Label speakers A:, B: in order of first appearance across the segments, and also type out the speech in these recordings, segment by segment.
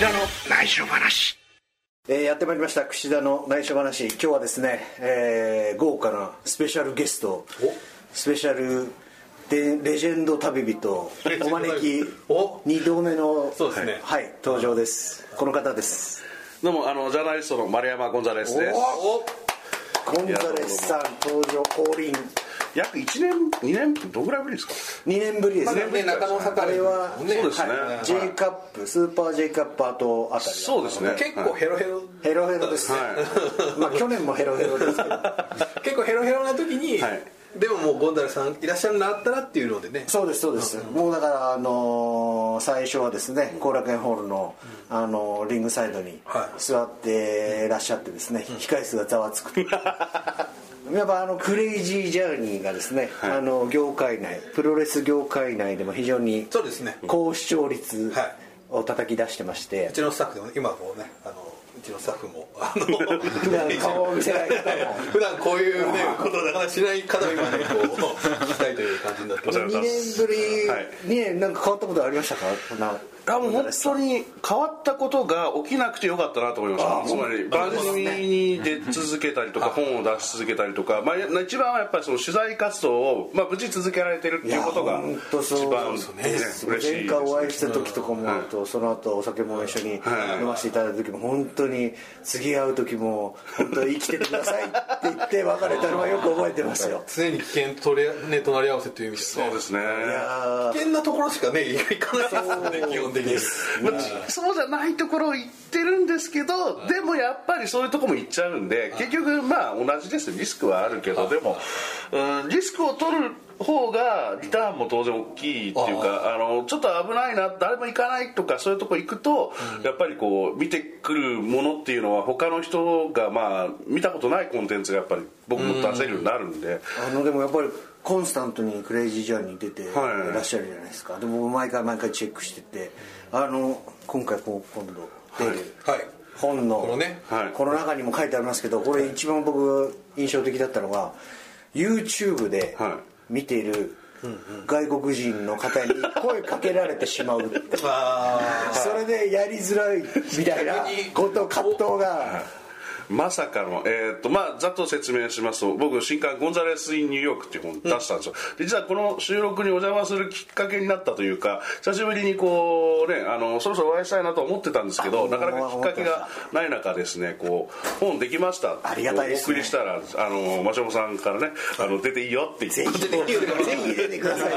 A: 田の内緒話
B: えーやってまいりました櫛田の内緒話今日はですね、えー豪華なスペシャルゲストスペシャルでレジェンド旅人お
C: レジェンド旅
B: 招き
C: 人お
B: 2度目の
C: そうですね
B: はい、はい登場ですこの方です
D: どうもあのジャーナリストの丸山ゴンザレスです
C: お
B: コンザレスさん登場降臨
D: 約1年2年どんぐらいぶりですか
B: 2年ぶりです
C: ま
B: ね
C: だね中野
B: あ
C: 坂
B: れは
C: ね
D: そうですね
B: はい
D: はい
B: J カップスーパー J カップアートあたりだったの
D: そうですね
C: 結構ヘロヘロ
B: ヘロヘロですね、まあ去年もヘロヘロですけど
C: 結構ヘロヘロな時に
D: はい
C: でももうゴンダルさんいらっしゃるなったらっていうのでね
B: そうですそうです、もうだから、あのー最初はですね後楽園ホールの、あのーリングサイドに
C: はい
B: 座ってらっしゃってですね、控え室がざわつくと やっぱあのクレイジージャーニーがですね、あの業界内プロレス業界内でも非常に
C: そうですね
B: 高視聴率
C: はい
B: を叩き出してまして、
C: うちのスタッフでもね今もうねあのうちのスタッフもあの
B: 普段顔を見せない方も
C: 普段こういうねことをなかなかしない方を今ねこう聞きたいという感じになってます
D: お世話になり
B: 2
D: ま
B: 年
D: す
B: ぶり、
D: はい
B: 二年なんか変わったことありましたかこんな
D: あもう本当に変わったことが起きなくてよかったなと思いましたつまり番組に出続けたりとか本を出し続けたりとか、まあ、一番はやっぱりその取材活動を、まあ、無事続けられてるっていうことが
B: いや本当そう
D: 一番ね嬉しい
B: 前
D: です
B: 回お会いした時とかも、あとその後お酒も一緒に飲ませていただいた時も本当に次会う時も本当に生きててくださいって言って別れたのはよく覚えてますよ
C: 常に危険とれ、ね、隣り合わせという意味では
D: そ
C: ね
D: うですね
B: いやー
C: 危険なところしかね行かないですもんね基本的に
D: まあそうじゃないところを行ってるんですけどでもやっぱりそういうとこも行っちゃうんで結局まあ同じですリスクはあるけどでもうんリスクを取る方がリターンも当然大きいっていうかあのちょっと危ないな誰も行かないとかそういうとこ行くとやっぱりこう見てくるものっていうのは他の人がまあ見たことないコンテンツがやっぱり僕も出せるようになるんで
B: あのでもやっぱりコンスタントに「クレイジージャーニー」出てい
D: はい
B: らっしゃるじゃないですか、でも毎回毎回チェックしててあの今回こう今度出る、
C: はい
B: 本の
C: このね
D: はい
B: この中にも書いてありますけどこれ一番僕印象的だったのが YouTube で
D: は
B: 見ている外国人の方に声かけられてしまうって
C: あ
B: それでやりづらいみたいなこと葛藤が
D: まさかの、えーとまあ、ざっと説明しますと僕新刊「ゴンザレス・イン・ニューヨーク」っていう本を出したんですよ、で実はこの収録にお邪魔するきっかけになったというか久しぶりにこう、ね、あのそろそろお会いしたいなと思ってたんですけどなかなかきっかけがない中ですねこう本できましたって
B: ありがたいです
D: お送
B: ね
D: りしたらあのマシモさんからねあの出ていいよって言って
B: ぜひぜひ出てください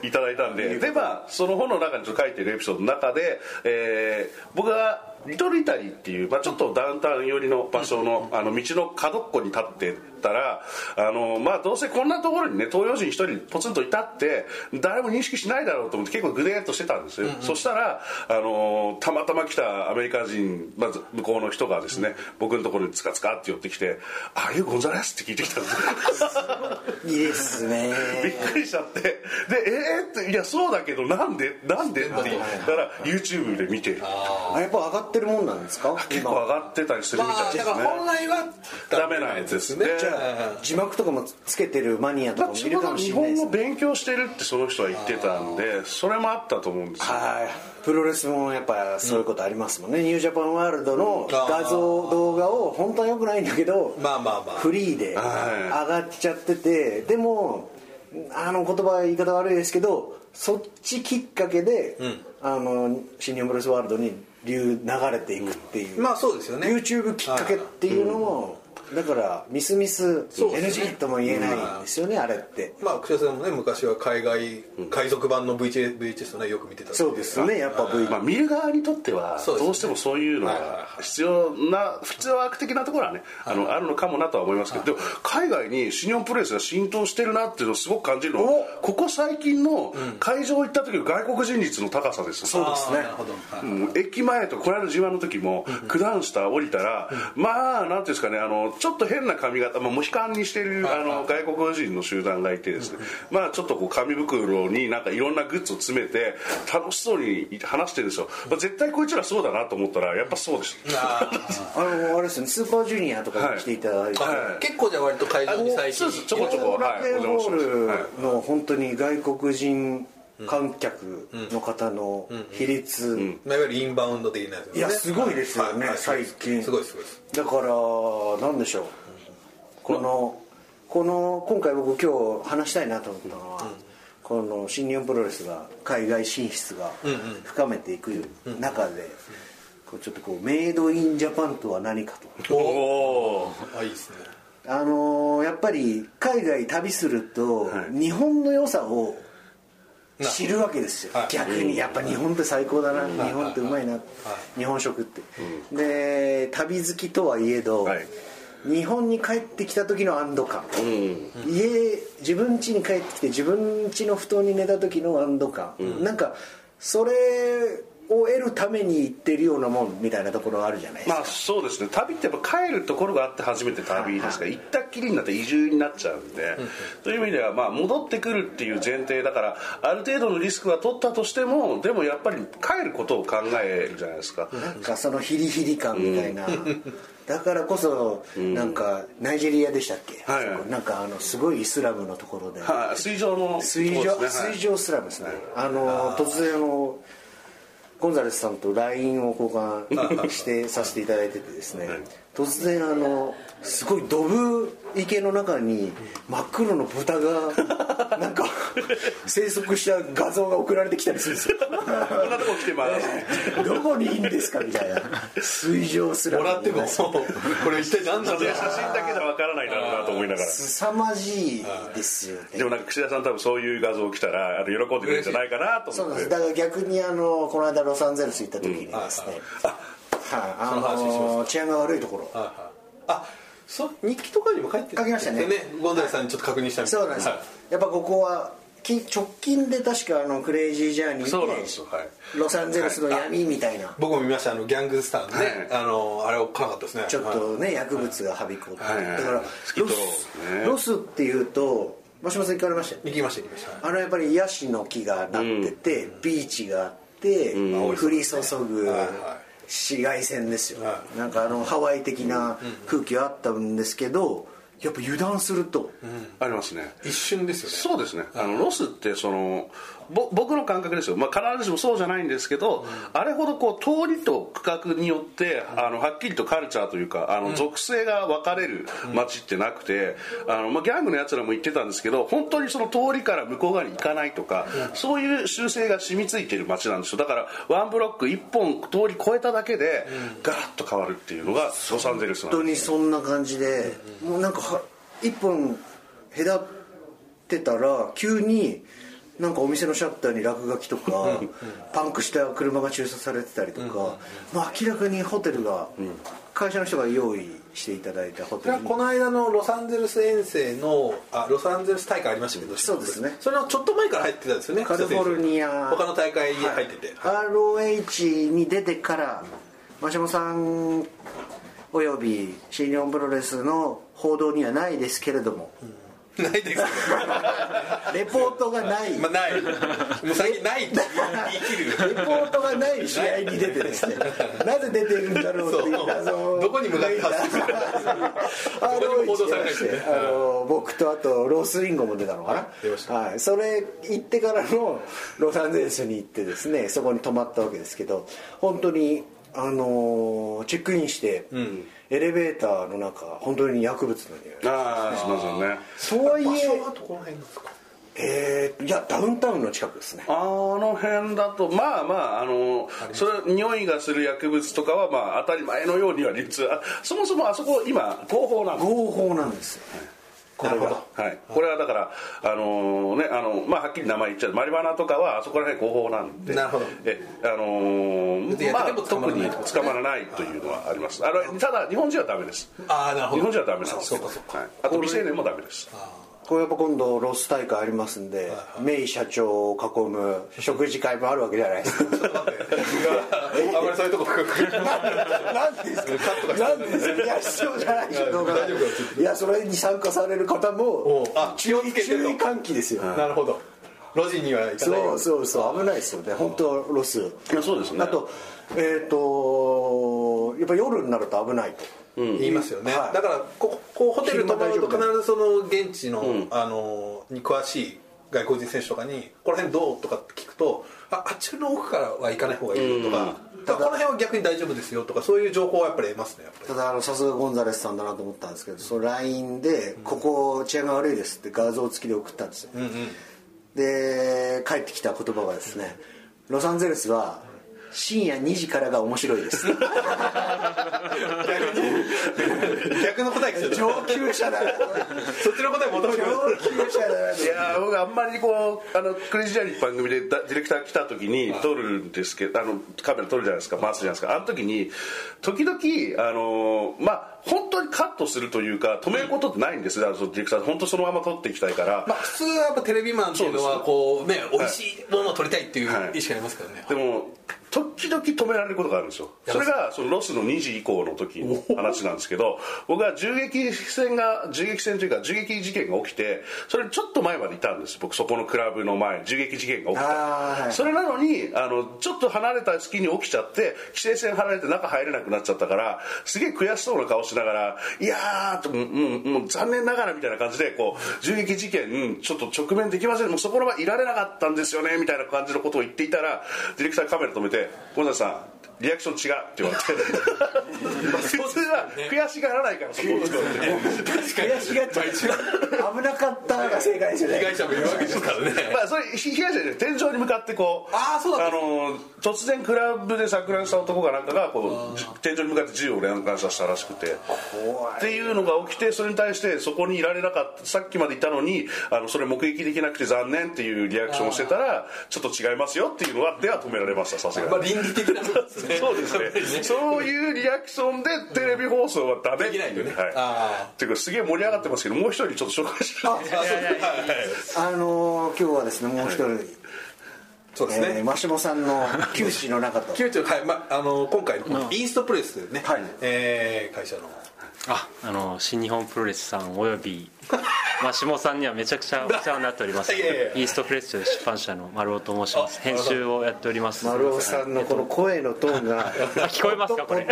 B: と。
D: いただいたんででまあその本の中にちょっと書いてるエピソードの中で、えー僕がリトルイタリーっていう、まあ、ちょっとダウンタウン寄りの場所のあの道の角っこに立ってたらあの、まあ、どうせこんなところにね東洋人一人ポツンといたって誰も認識しないだろうと思って結構グデーっとしてたんですよ、そしたらあのたまたま来たアメリカ人、まあ、向こうの人がですね、僕のところにつかつかって寄ってきて「あれゴンザレス?」って聞いてきたんですよ
B: いいですね
D: びっくりしちゃってでえー、っていやそうだけどなんでなんでって言ったら YouTube で見て
B: あやっぱ上がってるもんなんですか
D: 結構上がってたりするみ
C: ま
D: た
C: あ
D: いで
C: だ
D: す
C: から本
D: ね
C: 来は
D: ダメなやつですね
B: じゃあ字幕とかもつけてるマニアと
D: ま
B: か
D: あ
B: もい
D: ち
B: る
D: ょう
B: か
D: ど
B: もし
D: 日
B: れな
D: 本
B: いです
D: 語
B: ね
D: 勉強してるってその人は言ってたんでそれもあったと思うんですよ
B: はいプロレスもやっぱそういうことありますもんね、ニュージャパンワールドの画像動画を本当はよくないんだけど
C: まあまあまあ
B: フリーで上がっちゃっててでもあの言葉言い方悪いですけどそっちきっかけで、あの新日本プロレスワールドに流流れていくっていう、
C: まあそうですよね
B: YouTube きっかけっていうのも、だからミスミス
C: そうですね
B: NG とも言えないんですよね、あれって
C: まあ櫛田さんもね昔は海外海賊版の VHS, VHS をねよく見てたってい
B: そうですねやっぱ V
D: まあ、見る側にとっては
C: そうですね
D: どうしてもそういうのが必要な不必要悪的なところはねあのあるのかもなとは思いますけどでも海外に新日本プロレスが浸透してるなっていうのをすごく感じるのはここ最近の会場行った時の外国人率の高さです
B: そうですね
C: なるほどはい
D: もう駅前とこの間 G1 の時も九段下降りたら、まあなんていうんですかねあのちょっと変な髪型、まあ、モヒカンにしてるあの外国人の集団がいてですね、まあちょっとこう紙袋になんかいろんなグッズを詰めて楽しそうに話してるんですよ、まあ、絶対こいつらそうだなと思ったらやっぱそうでした、
B: あのあれですよねスーパージュニアとかに来ていただいて、
D: はい
C: 結構じゃあ割と会場に最
D: そう
C: 近
D: ですちょこちょこ
B: 後楽園
D: お邪魔
B: ホ
D: してますはい
B: ールの本当に外国人観客の方の比率、
C: まあ、いわゆるインバウンド的なやつですね
B: いやすごいですよね最近
C: すごいすごいです
B: だからなんでしょうこのこの今回僕今日話したいなと思ったのは、この新日本プロレスが海外進出が深めていく中で、こうちょっとこうメイドインジャパンとは何かと
D: おお
C: あいいですね
B: あのーやっぱり海外旅すると、
D: はい
B: 日本の良さを知るわけですよ、
C: はい
B: 逆にやっぱ日本って最高だな、日本ってうまいな、日本食って、で旅好きとはいえど、
D: はい
B: 日本に帰ってきた時の安堵感、
D: うん
B: 家自分家に帰ってきて自分家の布団に寝た時の安堵感、なんかそれを得るために行ってるようなもんみたいなところあるじゃないですか、
D: まあそうですね旅ってやっぱ帰るところがあって初めて旅ですから行ったっきりになって移住になっちゃうんでという意味ではまあ戻ってくるっていう前提だからある程度のリスクは取ったとしてもでもやっぱり帰ることを考えるじゃないですか
B: なんかそのヒリヒリ感みたいな、だからこそなんかナイジェリアでしたっけ、
D: はいはい
B: そこなんかあのすごいイスラムのところで、
D: はい水上の
B: 水上、
D: そうですねはい
B: 水上スラムですね、あの突然あのゴンザレスさんと LINE を交換してさせていただいててですね突然あのすごいドブ池の中に真っ黒の豚がなんか生息した画像が送られてきたりするんですよ
D: こんなとこ来てます
B: どこにいいんですかみたいな水上すら
C: もらってもこれ一体何なん
D: いや
C: だ
D: 写真だけじゃわからないだろうなと思いながら
B: すさまじいですよ
D: で
B: ね
D: もなんか櫛田さん多分そういう画像来たらあの喜んでくれるんじゃないかなと
B: そう
D: 思
B: なん
D: っ
B: です
D: て
B: だから逆にあのこの間ロサンゼルス行った時にですね、はいあ
C: その話しました
B: の治安が悪いところ
C: はいはいあそ日記とかにも書いて
B: 書きましたね
C: ゴンザレスさんにちょっと確認したみたい
B: そうなんです、
C: はい
B: やっぱここはき直近で確かあのクレイジージャーニーで
D: そうなんですよはい
B: ロサンゼルスの闇みたいな、
C: 僕も見ましたあのギャングスターのね、あのあれおっかなかったですね
B: ちょっ
C: はい
B: とね、薬物がはびこって、
D: はいはい
B: だから
D: スキ
B: ロ
D: ット
B: ス
D: ローね
B: ロスっていうとマシマさん行かれましたよね
C: 行きました行きました
B: あのやっぱりヤシの木がなってて、ビーチがあって、降り注ぐ
C: はいはい
B: 紫外線ですよ、
C: は
B: なんかあのハワイ的な空気はあったんですけどやっぱ油断すると、
D: ありますね
C: 一瞬ですよね
D: そうですねあのロスってそのぼ僕の感覚ですよ、まあ、必ずしもそうじゃないんですけど、あれほどこう通りと区画によってあのはっきりとカルチャーというかあの属性が分かれる街ってなくてあの、まあ、ギャングのやつらも言ってたんですけど本当にその通りから向こう側に行かないとか、そういう習性が染みついてる街なんですよだからワンブロック1本通り越えただけで、ガラッと変わるっていうのがロサンゼルスなんです
B: 本当にそんな感じで、もうなんかは一本隔ってたら急になんかお店のシャッターに落書きとかパンクした車が駐車されてたりとか、まあ、明らかにホテルが会社の人が用意していただいたホ
C: そ
B: テ
C: れ
B: ル
C: は
B: に
C: この間のロサンゼルス遠征のあロサンゼルス大会ありましたけど
B: そうですね
C: それのちょっと前から入ってたんですよね
B: カリフォルニア
C: 他の大会に入って て、
B: ROH に出てから真島さんおよび新日本プロレスの報道にはないですけれども、
C: ないですけ ど
B: レポートがない、
C: まあないもう最近ないって言い切
B: レ
C: る
B: ポートがない試合に出てですねなぜ出てるんだろうっていう謎を
C: どこに向かって走ってるんだ
B: あ
C: どこにも報道されないですね
B: あの僕とあとロースインゴも出たのか
C: 出まし
B: な、はい、それ行ってからのロサンゼルスに行ってですねそこに泊まったわけですけど本当にあのーチェックインして、エレベーターの中本当に薬物の匂い
D: ああしますよね
B: とはい
C: 場
B: え
C: 所はどこの辺なんですか
B: えーいやダウンタウンの近くですね
D: あの辺だとまあまああのそれ匂いがする薬物とかはまあ当たり前のようには流通あそもそもあそこ今合法なんです
B: 合法なんですよ、これ
C: なる
B: が
C: ほ
D: はい、これはだから、あのねあのまあ、はっきり名前言っちゃうマリバナとかはあそこら辺合法なんで
C: なるほど
D: え、あの
C: で
D: ーま
C: やっ
D: あ、
C: てても
D: 特
C: 捕まらな
D: に
C: い
D: 捕まらないというのはありますあのただ日本人はダメです
C: ああなるほど
D: 日本人はダメなんです
C: そうかそう か
D: はい、あと未成年もダメです
B: これやっぱ今度ロス大会ありますんで、メイ社長を囲む食事会もあるわけじゃないですか
C: あんまりそういうとこ
B: なんでですかなんでですかいや必要じゃないでしょ動画が
C: 大丈夫かちょっ
B: いやそれに参加される方も
C: うあ
B: 注
C: 気を
B: 意
C: つけてと
B: 注意喚起ですよ、
C: なるほど路地には行かない
B: そうそうそう危ないですよね本当ロス
D: いやそうですね
B: あとえっ、とやっぱ夜になると危ないと
C: 言いますよね、
B: はい
C: だからここうホテル泊まると
B: 昼間大丈夫
C: 必ずその現地の、あのに詳しい外国人選手とかに「この辺どう?」とかって聞くと「ああっちの奥からは行かない方がいいよ」とか「だからこの辺は逆に大丈夫ですよ」とかそういう情報はやっぱり得ますねやっぱり
B: ただあのさすがゴンザレスさんだなと思ったんですけどその LINE で「ここ治安が悪いです」って画像付きで送ったんですよ、で帰ってきた言葉がですね「ロサンゼルスは深夜2時からが面白いです」
C: 逆の答え来ち ゃった
B: 上級者だ
C: そっちの答え求めてます
B: 上級者だ
D: いやー僕あんまりこうあのクレイジージャーニーって番組でだディレクター来た時に撮るんですけどあのカメラ撮るじゃないですか回すじゃないですかあの時に時々あのーまあ本当にカットするというか止めることってないんですよ、あのそのディレクター本当そのまま撮っていきたいから、
C: まあ普通はやっぱテレビマンっていうのはこうね美味しいものを撮りたいっていう意識ありますか らね
D: でも時々止められることがあるんですよそれがそのロスの2時以降の時の話なんですけど僕は銃撃戦が銃撃戦というか銃撃事件が起きてそれちょっと前までいたんです僕そこのクラブの前銃撃事件が起き
B: あーは
D: た
B: い
D: それなのにあのちょっと離れた隙に起きちゃって規制線離れて中入れなくなっちゃったからすげえ悔しそうな顔しながらいやーともうもうもう残念ながらみたいな感じでこう銃撃事件ちょっと直面できませんもうそこの場いられなかったんですよねみたいな感じのことを言っていたらディレクターカメラ止めて「小田さんリアクション違う」って言われて 普通は悔しがらないからそこの人って
C: 確 かに
B: 悔しがっちゃう危なかったが正解ですよ
C: 被
B: ね
C: 害者もいるわけですからね
D: まあそれ被害者で天井に向かってこう
C: あーそうだった
D: のー突然クラブで錯乱した男がなんかがこうじ天井に向かって銃を連発したらしくてっていうのが起きてそれに対してそこにいられなかったさっきまでいたのにあのそれ目撃できなくて残念っていうリアクションをしてたらちょっと違いますよっていうのはでは止められましたさすがに
C: まあ倫理的なことですね
D: そう ですね。そういうリアクションでテレビ放送はダメって
C: できないよね
D: は
C: あ
D: い。っていうかすげえ盛り上がってますけどもう一人ちょっと紹介し
C: あそう
B: あのー今日はですねもう一人、
C: そうです
B: えー
C: ね
B: マシモさんの九死の中と
C: キューチョはいまあの今回のイーストプレスねえー会社の
A: ああの新日本プロレスさんおよびま下さんにはめちゃくちゃお世話になっております
C: いやいやいや
A: イーストフレッシュ出版社の丸尾と申します編集をやっております
B: 丸尾さんのこの声のトーンが
A: あ 聞こえますか これ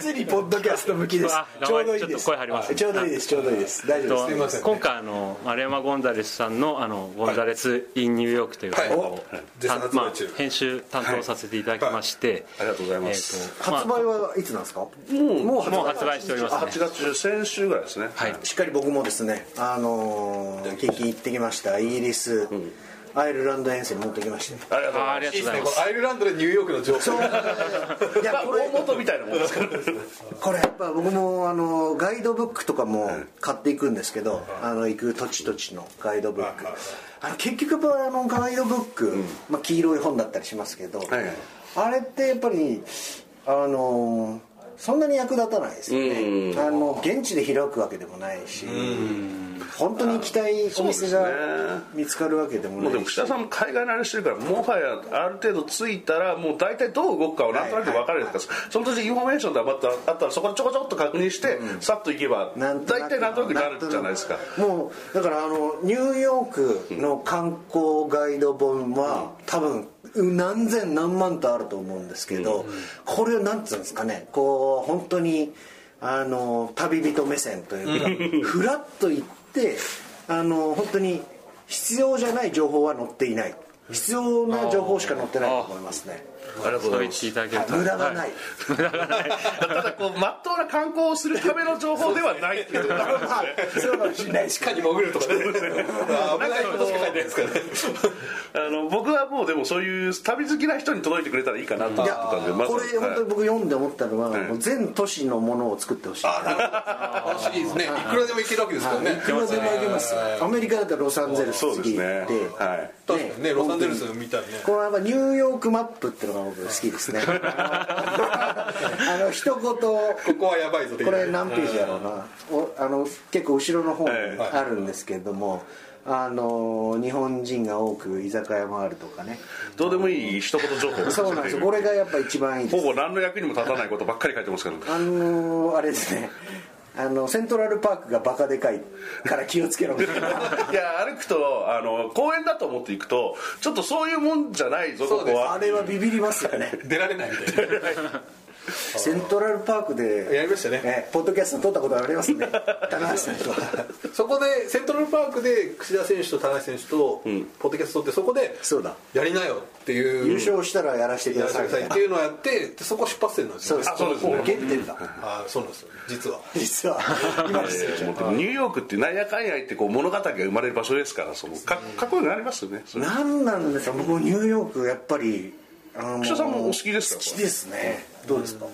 B: 実にポッドキャスト向きです
A: あ
B: ちょうどいい
A: ちょ
B: で
A: っ
B: す
A: と声張ります
B: ちょうどいいですちょうどいいです大丈夫
A: と
B: です
C: いませんね
A: 今回あの丸山ゴンザレスさんの「あのゴンザレス・イン・ニューヨーク」という
C: はい
A: 本を、
C: お絶
A: た
C: 賛発
A: まあ
C: 売中、
A: 編集担当させていただきまして、
D: ありがとうございます。
A: えーとまあ
B: 発売はいつなんですかもう
A: もう発売しておりますね
D: 8月先週ぐらいですね。
A: はい
B: しっかり僕もですねあのー聞きに行ってきましたイギリスアイルランド遠征に持ってきま して
D: ありがとうご
A: あ
D: ざ
A: あ
D: い
A: り
D: ま
A: がとう
C: こ
A: ございます
C: のアイルランドでニューヨークの情報
B: い
D: す。
B: や
D: まあ
B: これ
D: 大元みたいなもんですから。
B: これやっぱ僕もあのガイドブックとかも買っていくんですけど、あの行く土地土地のガイドブック、
C: はいはい
B: あの結局やっぱあのガイドブック、まあ、黄色い本だったりしますけど、
D: いはい
B: あれってやっぱりあのそんなに役立たないですよねあの現地で開くわけでもないし本当に行きたいお店が見つかるわけでも
D: もうで
B: な
D: も
B: い
D: 串
B: し
D: 田さんも海外慣れしてるからもはやある程度着いたらもう大体どう動くかはなんとなく分かるじゃないですか、その時インフォメーションがまたあったらそこでちょこちょこっと確認して、さっと行けば
B: なん
D: 大
B: と
D: 体なんとなくなるじゃないですか
B: もうだからあのニューヨークの観光ガイド本は、多分何千何万とあると思うんですけど、これなんつうんですかねこう本当にあの旅人目線というかふらっと行ってあの本当に必要じゃない情報は載っていない必要な情報しか載ってないと思いますね
D: ありがとうご
A: そう
D: ざい
A: 言
D: ま
A: って
D: す
A: いただけると
B: 無駄がない、
A: はい無駄がない
D: ただこうまっとうな観光をするための情報ではないっていうところがあるんです
B: ま
D: ね
B: あそうかもしれないです
C: 地下に潜るとかねあ危ないことしか書いてないですからね
D: あの僕はもうでもそういう旅好きな人に届いてくれたらいいかなと思っ
B: い
D: て
B: や
D: たんでまず
B: これ本当に僕読んで思ったのは、もう全都市のものを作ってほしい
C: あのシリーズねいくらでもいけるわけですからね
B: いくらでもあげますよアメリカだったらロサンゼルス
D: そうです
B: 次
D: ね
B: 行って、
D: はい
C: 確かにねロサンゼルスみたいね
B: このやっぱニューヨークマップっていうのが僕好きです ねあの一
C: こ
B: 言
C: こはやばいぞ
B: これ何ページだろうなおあの結構後ろの方に
D: ええ
B: あるんですけれども、あの日本人が多く居酒屋もあるとかね
D: どうでもいい一言情報を
B: そうなんですよこれがやっぱ一番いいです
D: ほぼ何の役にも立たないことばっかり書いてますけど
B: あのーあれですねあのセントラルパークがバカでかいから気をつけろみたいな
D: いや歩くとあの公園だと思って行くとちょっとそういうもんじゃないぞ
C: そう
D: こ
C: です
D: こ
B: あ
D: は
B: れはビビりますよね
C: 出られないみたいな
B: セントラルパークで
C: やりましたね
B: ええポッドキャスト撮ったことありますね棚橋さんとは
C: そこでセントラルパークで櫛田選手と田中選手とポッドキャスト撮ってそこで
B: そうだ
C: やりなよっていう
B: 優勝したらやらせてく
C: や
B: だ
C: らせ
B: さ
C: て
B: い
C: くださいっていうのをやってでそこ出発点なんです
B: そう
C: よ
B: で
C: ね
B: す
D: あそうですね
B: も原点だ
C: あそうなんですよ実は
B: 実は今ですよ
D: もうでもニューヨークってなんやかんや言ってこう物語が生まれる場所ですからそのかかっこよくなりますよねそれ
B: 何なんですか僕もニューヨークやっぱりあの
D: 岸田さんもお好きですか
B: 好きですねどうですか、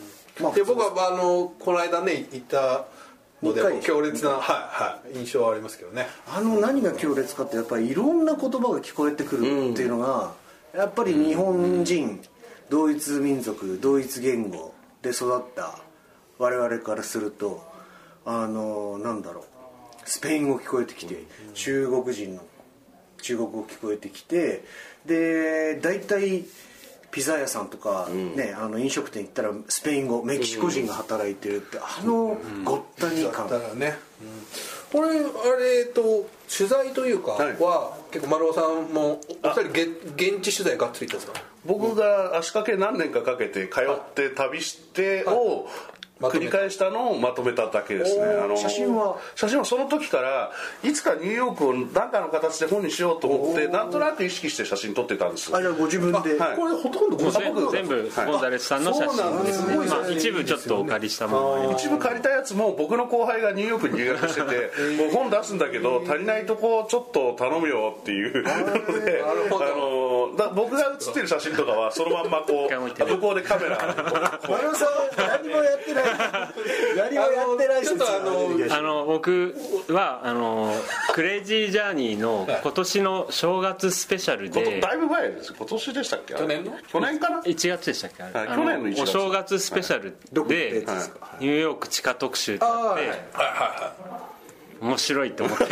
B: まあ
C: で僕はあのこの間ね行ったの
B: 二
C: で
B: 回
C: 強烈な、はいはい、印象はありますけどね
B: あの何が強烈かってやっぱりいろんな言葉が聞こえてくるっていうのが、やっぱり日本人同一民族同一言語で育った我々からするとあのなんだろうスペイン語聞こえてきて、中国人の中国語聞こえてきてで大体ピザ屋さんとか、ね、あの飲食店行ったらスペイン語メキシコ人が働いてるって、あのごったに
C: だ
B: 感、
C: ったらね、これあれえっと取材というか
D: はい
C: は、結構丸尾さんもお二人げ現地取材がっつり行ったんですか
D: 僕が足掛け何年かかけて通って旅してを
C: まと
D: 繰
C: め
D: り
C: た
D: 返したのをまとめただけですねあの
B: 写真は
D: 写真はその時からいつかニューヨークを何かの形で本にしようと思ってなんとなく意識して写真撮ってたんですよ
B: あじゃあご自分で、
D: はい
C: これほとんどご
D: 全部
A: 全部ゴンザレスさんの写真ですね、
C: そうなんだ
A: まあ、一部ちょっとお借りしたものもあります
D: 一部借りたやつも僕の後輩がニューヨークに留学 しててもう本出すんだけど足りないとこちょっと頼むよっていうので
C: なるほ ど
D: あのだ僕が写ってる写真とかはそのまんまこ
A: 一回置いて
D: う
A: ね
D: 向こうでカメ ラこう
B: 丸尾さんは何もやってない何もやってない説が出てきました
A: あの僕はあのクレイジージャーニーの今年の正月スペシャル
D: こと
A: で
D: だいぶ前ですよ今年でしたっけ去
C: 年の
D: 去年か な
A: 1月でしたっけあれ
D: はい
A: あの
D: 去年の1月
A: お正月スペシャル
B: どこで
A: で
B: やつですか
A: ニューヨーク地下特集ってあって面白いと思って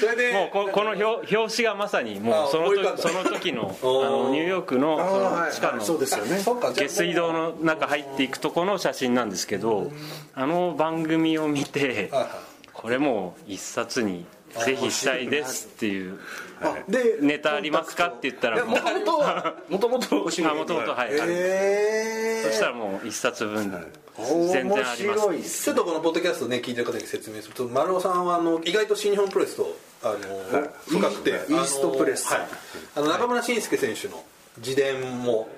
C: それで
A: もうここの表表紙がまさに
C: あ
A: も
C: ー
A: うその
C: 思い浮かんだ
A: 時その時のあ
C: おー
A: のニューヨークの
B: あ
A: そ
B: ーは
A: の
B: い
A: 地下の
B: そうですよね
C: そっかじゃあ
A: 下水道の中入っていくとこの写真なんですけどあの番組を見て
C: はいはい
A: これもう一冊にぜひしたいですっていう
B: あで
A: ネタありますかって言ったらもうあ
D: もともとも
A: もともとはい、はい
B: え
A: そした
B: ら
A: らもう一冊分全
B: 面
A: 然あります
B: 白いっす
C: ちょっとこのポッドキャストね聞いてる方に説明すると丸尾さんはあの意外と新日本プロレスとあの深くてイ
B: イーストプレスさん
C: あの中村慎介選手の自伝も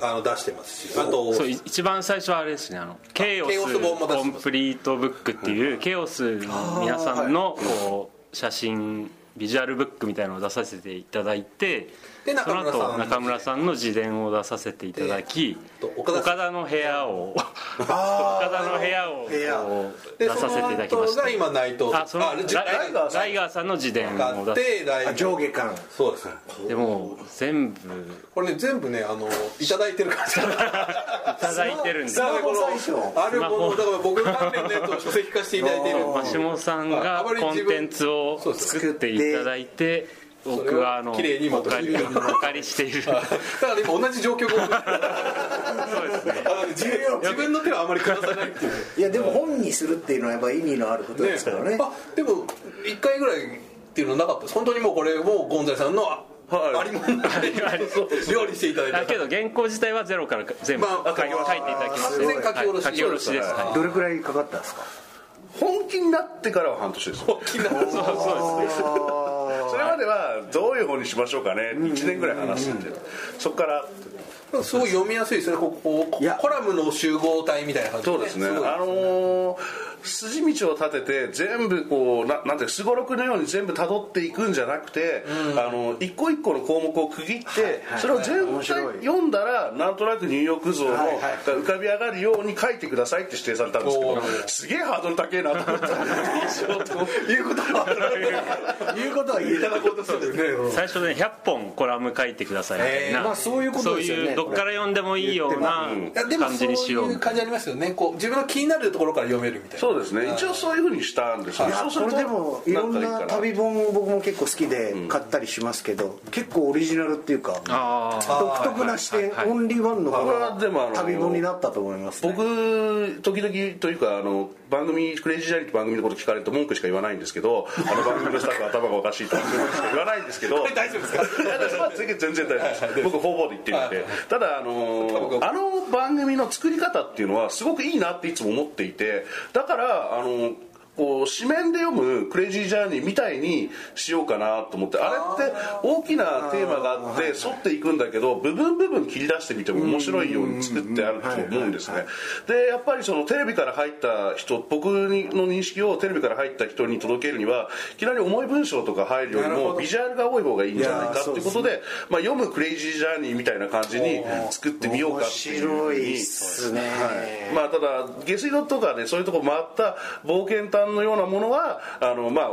C: あの出してますしあと
A: そうい一番最初はあれですねあのケイオ
C: ケイオス
A: ス
C: 本も出し
A: コ
C: て
A: ン
C: ます
A: プリートブックっていうケイオスの皆さんのこう写真ビジュアルブックみたいなのを出させていただいて
C: で
A: その
C: 中村さん
A: 後中村さんの自伝を出させていただき
C: で
A: 岡
C: 岡
A: 田
C: 田
A: の部屋を岡
B: あ ー
A: 田の部屋を
B: 部屋
A: こう
C: で
A: 出させていただきまし
C: その後が
A: た
C: 今内藤
A: あそのライ
C: じゃライガーさん
A: ライガーさんの自伝
C: があ
A: を
C: っ
A: 出して
C: ライガ
B: あ
C: ー
B: 上下感
C: そうです
A: てでもう全部
C: これね全部ねあのいただいてる 感じ
A: いただいてるんで
B: スマホ最初
C: あるものだから僕関連のやつを書籍化していただいている
A: マシモさんがコンテンツを作っていただいて僕はあの
C: 綺麗にま
A: お
C: とめ
A: 借
C: て
A: りお借りして いる
C: だから今同じ状 況がそうですね自分自分の手はあまり下さないっていう
B: いやでも本にするっていうのはやっぱ意味のあることですからね
C: あでも一回ぐらいっていうのなかったです本当にもうこれもうゴンザレさんのあ,、
D: はい
C: ありもんな料理していただいた
A: だけど原稿自体はゼロから全部
C: まあ
A: 書いていただきまし
C: 完
A: て
C: 全書き下ろし
A: はい書き下ろしですはい
B: どれくらいかかったんですか
D: 本気になってからは半年です
C: 大きな
D: それまではどういう方にしましょうかね1年ぐらい話しててそこから
C: すごい読みやすいですねこここ
B: いや
C: コラムの集合体みたいな感じ
D: そうですね、
C: ごい
D: あのー筋道を立てて全部こうななんていうすごろくのように全部辿っていくんじゃなくて、あの一個一個の項目を区切って、それを全
B: 面
D: 体
B: 白い
D: 読んだらなんとなくニューヨーク像の、
B: はいはい
D: が浮かび上がるように書いてくださいって指定されたんですけ
C: お
D: ど
C: ー
D: すげえハードル高えなと思って
C: いうことは
B: いうことは言え
C: いただこうとするんですね
A: 最初ね100本コラム書いてくださいみたい
C: えー
A: な
B: まあそういうことですよね
A: そういうどっから読んでもいいような
C: うんいやでも
A: 感
C: そ
A: じ
C: う
A: にしよう
C: い
A: み
C: う
A: たい
C: 感じありますよねこう自分の気になるところから読めるみたいな
D: そうですね一応そういうふうにしたんですよ
B: いや
D: そうす
B: こ
D: る
B: れ
D: と
B: でもいろん
D: か
B: ない
D: いか
B: 旅本僕も結構好きで買ったりしますけど結構オリジナルっていうか
A: あー
B: 独特な視点
A: はいはい
B: オンリーワンの
D: これはでもあ
B: 方
D: の
B: が旅本になったと思いますね
D: 僕時々というかあの番組「クレイジージャーニー」って番組のこと聞かれると文句しか言わないんですけどあの番組のスタッフ頭がおかしいとかそういうことしか言わないんですけど
C: 大丈夫ですか
D: いやまあ全然大丈夫です僕方々で言ってるんでただあのーあの番組の作り方っていうのはすごくいいなっていつも思っていてだからあのーこう紙面で読む「クレイジージャーニー」みたいにしようかなと思ってあれって大きなテーマがあって沿っていくんだけど部分部分切り出してみても面白いように作ってあると思うんですねでやっぱりそのテレビから入った人僕にの認識をテレビから入った人に届けるにはいきなり重い文章とか入るより
C: なるほ
D: も
C: ど
D: ビジュアルが多い方がいいんじゃないかっていうこと
B: いやーそう
D: でまあ、読む「クレイジージャーニー」みたいな感じに作ってみようかっていう
B: 面白
D: ふうに
B: いっすね
D: はいまあ、ただ下水道とかねそういうとこ回った冒険探のようなものはあの、まあ、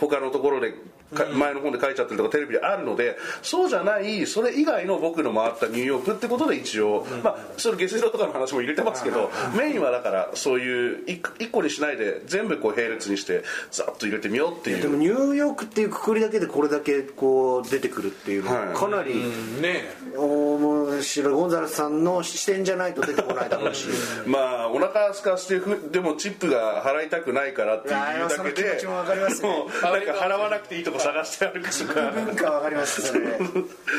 D: 他のところでか前の本で書いちゃってるとかテレビであるのでそうじゃないそれ以外の僕の回ったニューヨークってことで一応、まあ、それ下水道とかの話も入れてますけどメインはだからそういう一一個にしないで全部こう並列にしてざっと入れてみようってい
B: で
D: う
B: もニューヨークっていうくくりだけでこれだけこう出てくるっていうの
D: は
B: はいかなり
C: ね
B: 面白いゴンザレスさんの視点じゃないと出てこないだろ うし
D: まあお腹空かしてふでもチップが払いたくないからっていう理由だけ
B: いやーその気持
D: で
B: ちもわかりますね
D: もうなんか払わなくていいとこ探して歩くとか
B: 文化わかりますそれ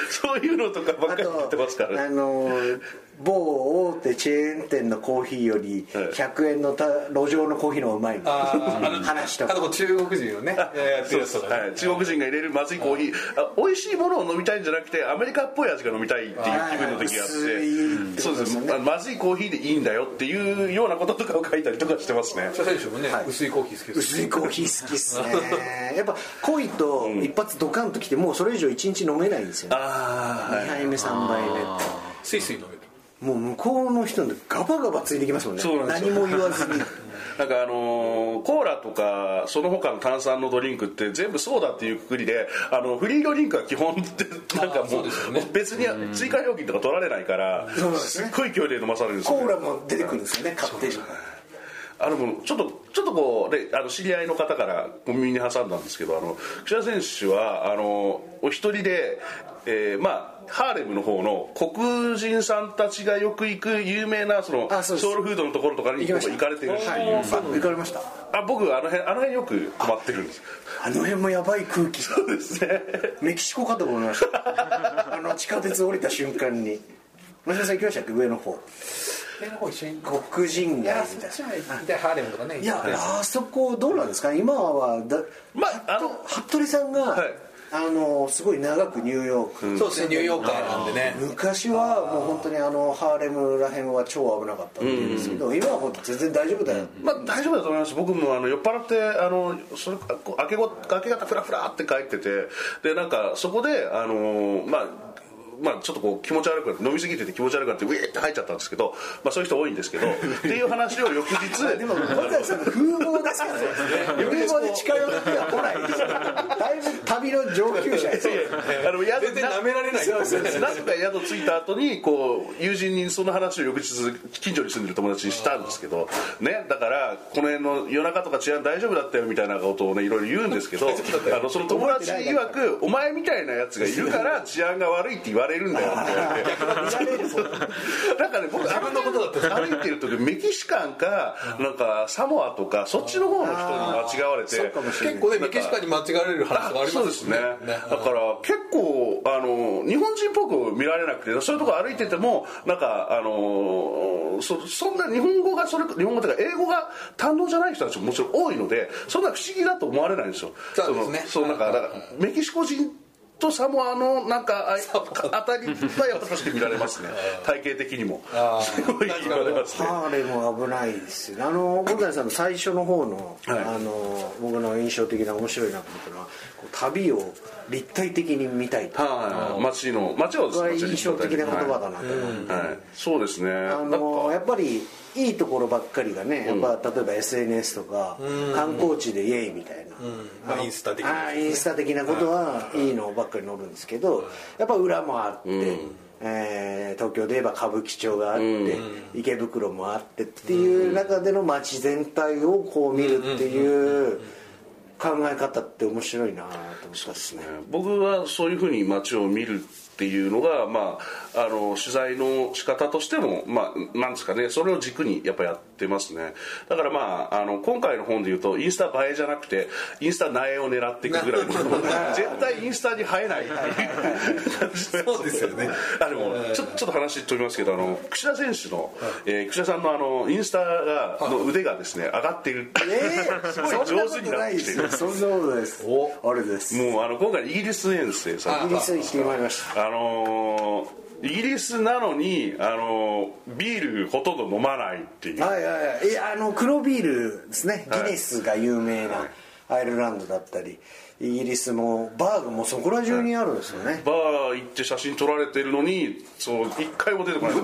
D: そういうのとかばっ
B: あ
D: かり言ってますか
B: と
D: ら
B: あ
D: ね
B: の某大手チェーン店のコーヒーより
D: はい
B: 100円のた路上のコーヒーの方がうまいみたいな
C: あ
B: 話と
C: あ
B: か
C: とこう中国人のねえーやってるやつとかね
D: はい、中国人が入れるまずいコーヒーあ美味しいものを飲みたいんじゃなくてアメリカっぽい味が飲みたいっていう気分の時があっ
B: はいはい薄いって
D: てそう
B: こ
D: で
B: とです
D: す
B: よね
D: あまずいコーヒーでいいんだよっていうようなこととかを書いたりとかしてますね
C: 北選手もね薄いコーヒー好きです
B: 薄いコーヒー好きっすね やっぱ濃いと一発ドカンときてもうそれ以上一日飲めないんですよね
D: ああ
B: 2杯目3杯目って
C: スイスイ飲める
B: もう向こうの人でガバガバついてきますもんね
D: そうなんです
B: 何
D: よ
B: も言わず に
D: なんかあのーコーラとかその他の炭酸のドリンクって全部ソーダっていうくくりであのフリードリンクは基本ってなんか
C: あーそ
D: も
C: う
D: う
C: ですよね
D: 別に追加料金とか取られないから
B: そうですす
D: っ
B: ね
D: ごい勢いで飲まされるんですよ
B: コ
D: ね
B: ーラも出てくるんですよね勝手に
D: あのもうちょっとちょっとこうであの知り合いの方から小耳に挟んだんですけどあの櫛田選手はあのお一人で、えーまあハーレムの方の黒人さんたちがよく行く有名なその
B: あそうです
D: ソウルフードのところとかに
B: 行きました
D: 行かれてるっていう
B: あ行かれました
D: あ僕あの辺あの辺よく泊まってるんです
B: あの辺もやばい空気が
D: ですね
B: メキシコかと思いました あの地下鉄降りた瞬間に村島さん行きましたっけ上の方
C: 上の方一緒に
B: 黒人
C: いや
B: 街み
C: そ
B: た
C: っ
B: い
C: ち
B: な
C: は一体ハーレムとかね
B: いやあそこどうなんですかね今はだ
D: まああの
B: 服部さんが、
D: はい
B: あのすごい長くニューヨーク、
C: そうですねニューヨーカーなんでね
B: 昔はもう本当にあのハーレムらへんは超危なかったっていうんですけど、今はもう全然大丈夫だよ、
D: まあ、大丈夫だと思います僕もあの酔っ払ってあのそれこう明けご明け方フラフラって帰っててでなんかそこであのまあまあ、ちょっとこう気持ち悪くなって飲みすぎてて気持ち悪くなってウィーって入っちゃったんですけど、まあ、そういう人多いんですけどっていう話を翌日
B: でも本谷さんの風貌ですからね風貌で近寄っては来ないですからだいぶ旅の上級者です
D: あの宿
C: 全然舐められない
D: そうそうそうなんとか宿着いた後にこう友人にその話を翌日近所に住んでる友達にしたんですけどねだからこの辺の夜中とか治安大丈夫だったよみたいなことをねいろいろ言うんです けどあのその友達曰くお前みたいなやつがいるから治安が悪いって言われるんだよ って言われてなんかね僕自分のことだって歩いてる時メキシカンかなんかサモアとかそっちの方の人に間違われて
B: そうかもしれない
C: 結構ねメキシカンに間違われる話があります
D: そうですねだ
C: ね
D: から結構あの日本人っぽく見られなくてそういうとこ歩いててもなんかあのそそんな日本語がそれ日本語というか英語が堪能じゃない人たちももちろん多いのでそんな不思議だと思われないんですよ
C: そうですね
D: そのそうなんかだからメキシコ人とサモアのなんかあい当たり前はとして見られますね体型的にも
C: あー
D: すごい言われますね
B: ハーレムは危ないですよねあの本谷さんの最初の方の,、
D: はい
B: あの僕の印象的な面白いなと思ったのはこう旅を立体的に見たいと
D: はい街の街を
B: 僕は印象的な言葉だなと思って。
D: はいはいそうですね
B: あ
D: なんか
B: のやっぱりいいところばっかりがね、やっぱ例えば SNS とか、観光地でイエイみたいな、
C: まあインスタ的な
B: あーインスタ的なことはいいのばっかり載るんですけど、やっぱ裏もあって、えー東京で言えば歌舞伎町があって、池袋もあってっていう中での街全体をこう見るっていう考え方って面白いなと思ったですね、
D: 僕はそういうふうに街を見るっていうのが、まあ、あの取材の仕方としても、まあ、なんですかねそれを軸にやっぱやってますねだから、まあ、あの今回の本でいうとインスタ映えじゃなくてインスタ苗を狙っていくぐら いの絶対インスタに映えない
C: そうですよね
D: あでもちょちょっと話飛びますけどあの櫛田選手の、えー櫛田さんのあのインスタがの腕がですね上がっている、
B: えー、
D: すごい上手になってきてる
B: そんなことないですそんなことないですあれです
D: もうあの今回イギリス遠征さん
B: イギリスに来てまいりました
D: あのーイギリスなのに、あのービールほとんど飲まないっていう、
B: はいはいはいいやあの黒ビールですね
D: はい
B: ギネスが有名なアイルランドだったりイギリスもバーグもそこら中にあるんですよね
D: バー行って写真撮られてるのにそう一回も出てこない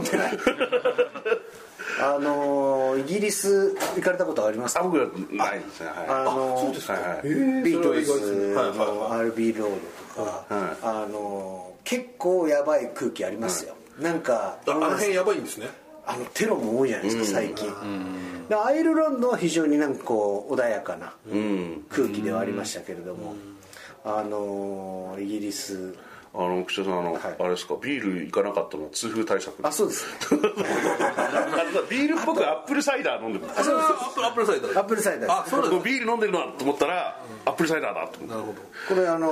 B: あのーイギリス行かれたことあります
D: あ
B: か
D: 僕はないですねはい
B: あのー
D: そうですか、はいはい
B: ビートルズ
C: はいはい
B: の
C: は
B: RB ロードとか、あのー結構やばい空気ありますよ、なんか
C: いああの辺やばいんですね
B: あのテロも多いじゃないですか最近、でアイルランドは非常になんかこう穏やかな空気ではありましたけれども、あのーイギリス
D: あの口田さんあの、あれですかビール行かなかったのは痛風対策
B: あそうです
D: ビールっぽくアップルサイダー飲んでる
C: あそうですアップルアップルサイダー
B: アップルサイダー
C: あそうなんです
D: ビール飲んでるなと思ったらアップルサイダーだと思って
C: なるほど
B: これあの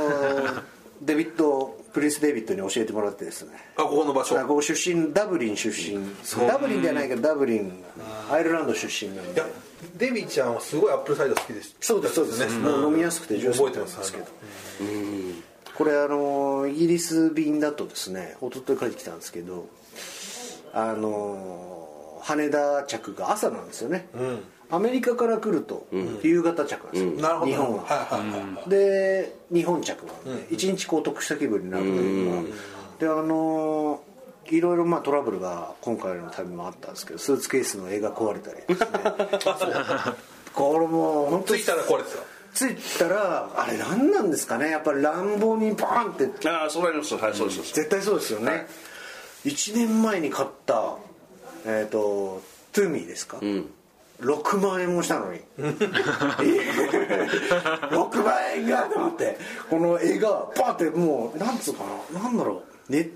B: ーデビッドプリンス・デイビッドに教えてもらってですね
C: あここの場所
B: あここ出身ダブリン出身ダブリンじゃないけどダブリンアイルランド出身なん
C: い
B: で
C: やデビちゃんはすごいアップルサイダー好きでした
B: そうですそうです、もう飲みやすくてジュース
C: 覚えてます
B: ですけどこれあのイギリス便だとですね一昨日帰ってきたんですけどあの羽田着が朝なんですよね、アメリカから来ると夕方着なんですよ、
C: なるほど
B: 日本は、
C: はいはいはい
B: で日本着なんで、一日こう得した気分になるというか、であのーいろいろまあトラブルが今回の旅もあったんですけどスーツケースの絵が壊れたりです ねこれもう本当
C: 着
B: に
C: いたら壊れてた
B: 着いたらあれ何なんですかねやっぱり乱暴にバーンって
D: ああそうなりますはいそうです、そうです
B: 絶対そうですよね、
D: はい
B: 1年前に買ったえっ、とトゥーミーですか、6万円もしたのに6万円がと思ってこの絵がパーってもうなんつうかななんだろうね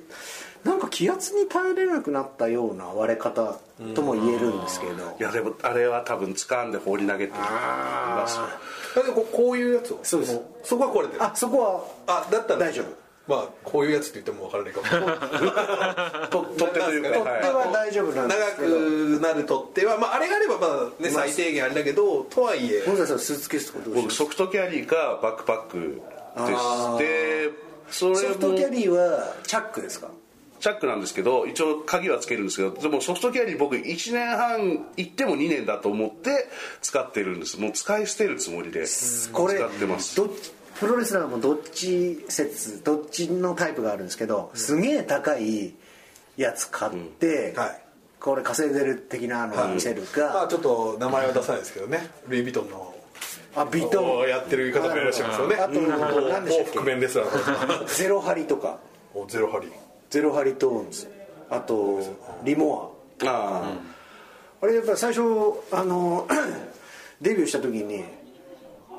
B: なんか気圧に耐えれなくなったような割れ方とも言えるんですけど
D: いやでもあれは多分掴んで放り投げてると思いますよ
C: だけどここういうやつを
B: そうです
C: もそこは壊れてる
B: あそこは
C: あだったら
B: 大丈夫
C: まあこういうやつって言っても分からないかも と
D: 取っ手というかね取っ
B: 手は大丈夫なんですけど
C: 長くなる取っ手は、まあ、あれがあればまあ、ね、最低限あれだけどとはいえ
B: 野崎さんスーツケースとかどうしま
D: 僕
B: す
D: ソフトキャリーかバックパックですでそ
B: ソ
D: れ
B: フト
D: も
B: キャリーはチャックですか
D: チャックなんですけど一応鍵はつけるんですけどでもソフトキャリー僕1年半行っても2年だと思って使ってるんですもう使い捨てるつもりで使
B: これ
D: ってます
B: どっちプロレスラーもどっち説どっちのタイプがあるんですけどすげえ高いやつ買って、
C: うんはい
B: これ稼いでる的なのを見せるか、
C: まあちょっと名前は出さないですけどねルイ・ヴィトンの
B: あビート
C: を
B: も
C: やってる方もいらっしゃいますよね
B: あと
C: もう
B: 何でしたっけ
C: 覆面レスラーの
B: ゼロハリとか
C: もうゼロハリ
B: ゼロハリトーンズあとリモ
D: あ
B: アあれやっぱり最初あの デビューした時に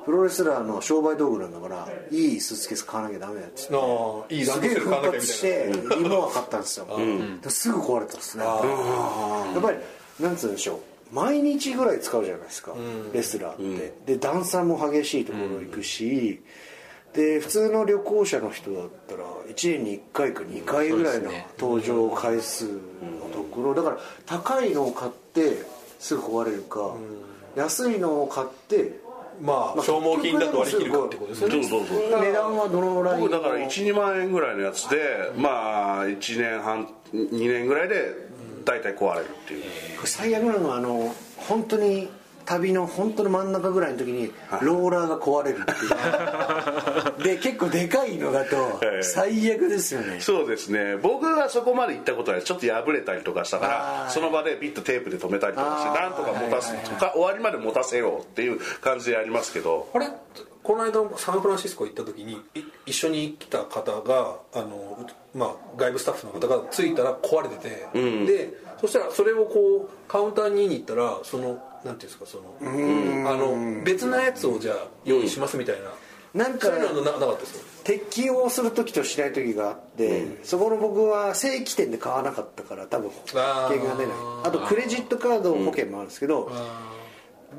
B: プロレスラーの商売道具なんだからいいスーツケース買わなきゃダメだっつって
C: のいいラ
B: す
C: ンド
B: げえ
C: セル買わ
B: 奮
C: なきゃ
B: 発
C: み
B: した
C: いな
B: てリモア買ったんですよ、ですぐ壊れたんですねやっぱりなんつうんでしょう毎日ぐらい使うじゃないですか、レスラーって、で段差も激しいところ行くし、で普通の旅行者の人だったら1年に1回か2回ぐらいの登場回数のところだから高いのを買ってすぐ壊れるか、安いのを買って
C: まあ消耗品だと割り切るかってことです
D: どう
C: よ
D: ぞ
C: ね
D: どうぞ
B: 値段はどのぐらい
D: 僕だから12万円ぐらいのやつでまあ1年半2年ぐらいで大体壊れるっていう
B: 最悪なのはあの本当に旅の本当の真ん中ぐらいの時にローラーが壊れるって いうで結構でかいのだと
D: い
B: 最悪ですよね
D: そうですね僕はそこまで行ったことないちょっと破れたりとかしたからその場でピッとテープで止めたりとかしてなんとか持たすか終わりまで持たせようっていう感じでやりますけど
C: あれこの間サンフランシスコ行った時にい一緒に来た方があの、うまあ、外部スタッフの方が着いたら壊れてて、でそしたらそれをこうカウンターに行ったらそのなんていうんですかそのあの別なやつをじゃあ用意しますみたいな
B: なんか
C: そういうのななかったですよ
B: 適応する時としない時があって、そこの僕は正規店で買わなかったから多分保険
C: あー
B: が出ないあとクレジットカード保険もあるんですけど、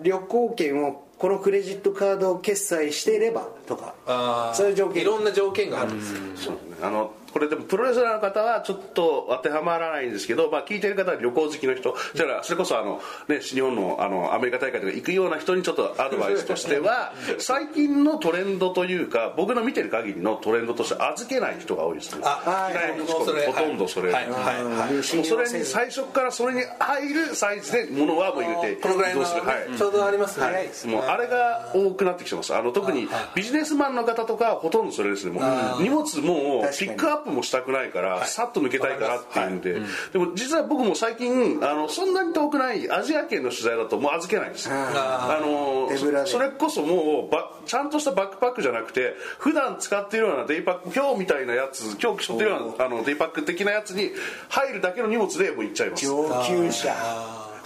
B: 旅行券をこのクレジットカードを決済していればとか
C: あー
B: そういう条件
C: いろんな条件があるんです
D: そ
C: よ
D: うねあのこれでもプロレスラーの方はちょっと当てはまらないんですけど、まあ、聞いてる方は旅行好きの人それからそれこそあの、ね、日本のあのアメリカ大会とか行くような人にちょっとアドバイスとして は最近のトレンドというか僕の見てる限りのトレンドとして預けない人が多いですね
C: あ
D: 機内
C: 僕
D: 持ち
C: もそ
D: 込み
C: れ
D: ほとんどそれ、
C: はいはいはいはい
D: もうそれに最初からそれに入るサイズで物はもう入れて
C: このぐらい
D: 移
C: の、
D: 動するはい
C: ちょうどありますね、
D: もうあれが多くなってきてますあの特にビジネスマンの方とかはほとんどそれですねもう荷物もう
B: 確か
D: ピ
B: に
D: ックアップもしたくないからさっと抜けたいからっていうんで、でも実は僕も最近あのそんなに遠くないアジア圏の取材だともう預けないんですよあの
B: 手ぶらで
D: それこそもうばちゃんとしたバックパックじゃなくて普段使っているようなデイパック今日みたいなやつ今日背負ってるようなあのデイパック的なやつに入るだけの荷物でもう行っちゃいます
B: 上級者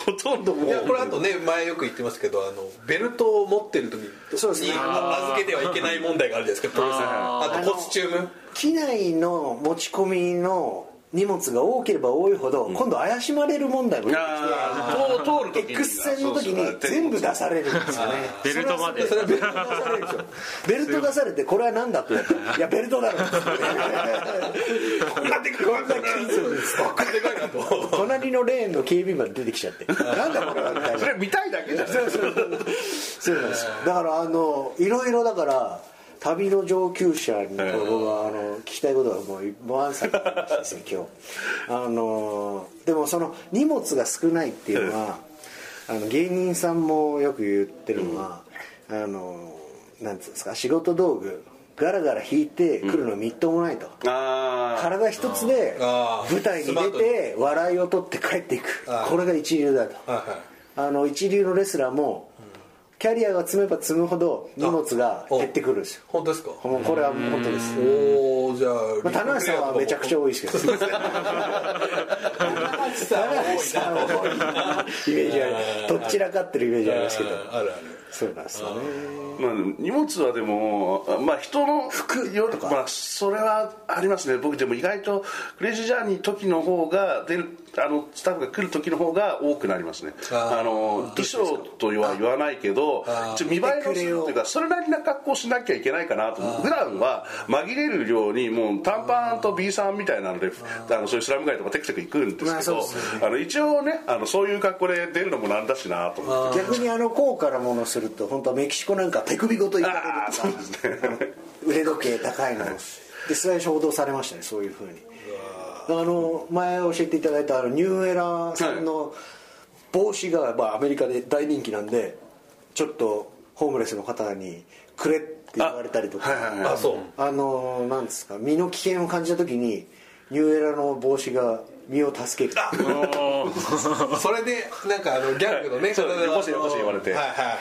D: ほとんどもう
C: いやこれあとね前よく言ってますけどあのベルトを持ってる時に
B: そうですね
C: あ預けてはいけない問題があるじゃないですかプロレスラーあとコスチューム
B: 機内の持ち込みの荷物が多ければ多いほど、今度怪しまれる問題も出て
D: あー通る
B: き
D: 時
B: て
D: に
B: X 線の時に全部出されるんですよね
A: ベルトまで
B: それはベルト出されるんですよベルト出されてこれは何だっていやベルトだろ
C: こんなでかいこんなでかいな と
B: 隣のレーンの警備員まで出てきちゃってなんだこれはみたいな
D: それ見たいだけじゃない
B: そうなんですよだからあのいろいろだから旅の上級者に僕はあの聞きたいことがもうワンサイですよ今日 あのでもその荷物が少ないっていうのはあの芸人さんもよく言ってるのは、あのなんつうんですか仕事道具ガラガラ引いてくるのみっともないと、
D: あ
B: 体一つで
C: あー
B: 舞台に出て笑いを取って帰っていく
C: あー
B: これが一流だと
C: はいはい
B: あの一流のレスラーもキャリアが積めば積むほど荷物が減ってくるんですよ
C: 本当ですか
B: もうこれは本当です
C: おおじゃあ、
B: まあ棚橋さんはめちゃくち ゃ多いですけど棚橋
C: 棚橋さん
B: さんは多いイメージあるどっちらかってるイメージありますけど
C: あるある
B: そうなんですよね
D: ーまあ、荷物はでも、まあ、人の服よりか、まあ、それはありますね僕でも意外とクレイジージャーニー時の方が出るあのスタッフが来る時の方が多くなりますね
C: あー
D: あの衣装とは言わないけど
C: あー
D: 一応見栄えのするというかそれなりな格好しなきゃいけないかなと普段は紛れるようにもう短パンと B さんみたいなのであのそういうスラム街とかテクテク行くんです
B: まあ
D: け
B: そう
D: ど
B: ですよ
D: あの一応ねあのそういう格好で出るのもなんだしなと思って。
B: 逆にあの高価なものをすると本当はメキシコなんか手首ごといか
D: あーそうで
B: れる
D: す
B: とか、腕時計高いのでそれは衝動されましたねそういうふうにあの前教えていただいたあのニューエラーさんの帽子が、まあ、アメリカで大人気なんでちょっとホームレスの方にくれって言われたりとか
D: はいはいはい
C: あそう
B: あのなんですか身の危険を感じた時にニューエラーの帽子が身を助ける
C: それでなんかあのギャングの
D: は
C: ね
D: いそう
C: 体が
D: よこせよこせ言われて
C: はいはいはいは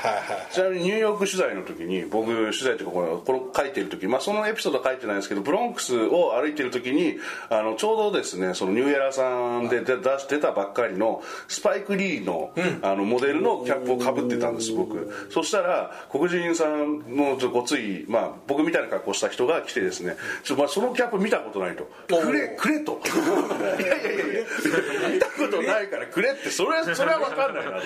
C: い
D: ちなみにニューヨーク取材の時に僕取材というかこのこの書いてる時、まあ、そのエピソードは書いてないんですけどブロンクスを歩いてる時にあのちょうどですねそのニューエラーさんでで出してたばっかりのスパイク・リーの,、あのモデルのキャップをかぶってたんです僕そしたら黒人さんのちょっとごつい、まあ、僕みたいな格好した人が来てですねちょ、まあ、そのキャップ見たことないとくれくれ といやいやいやいや見たことないからくれってそれそれは分かんない なと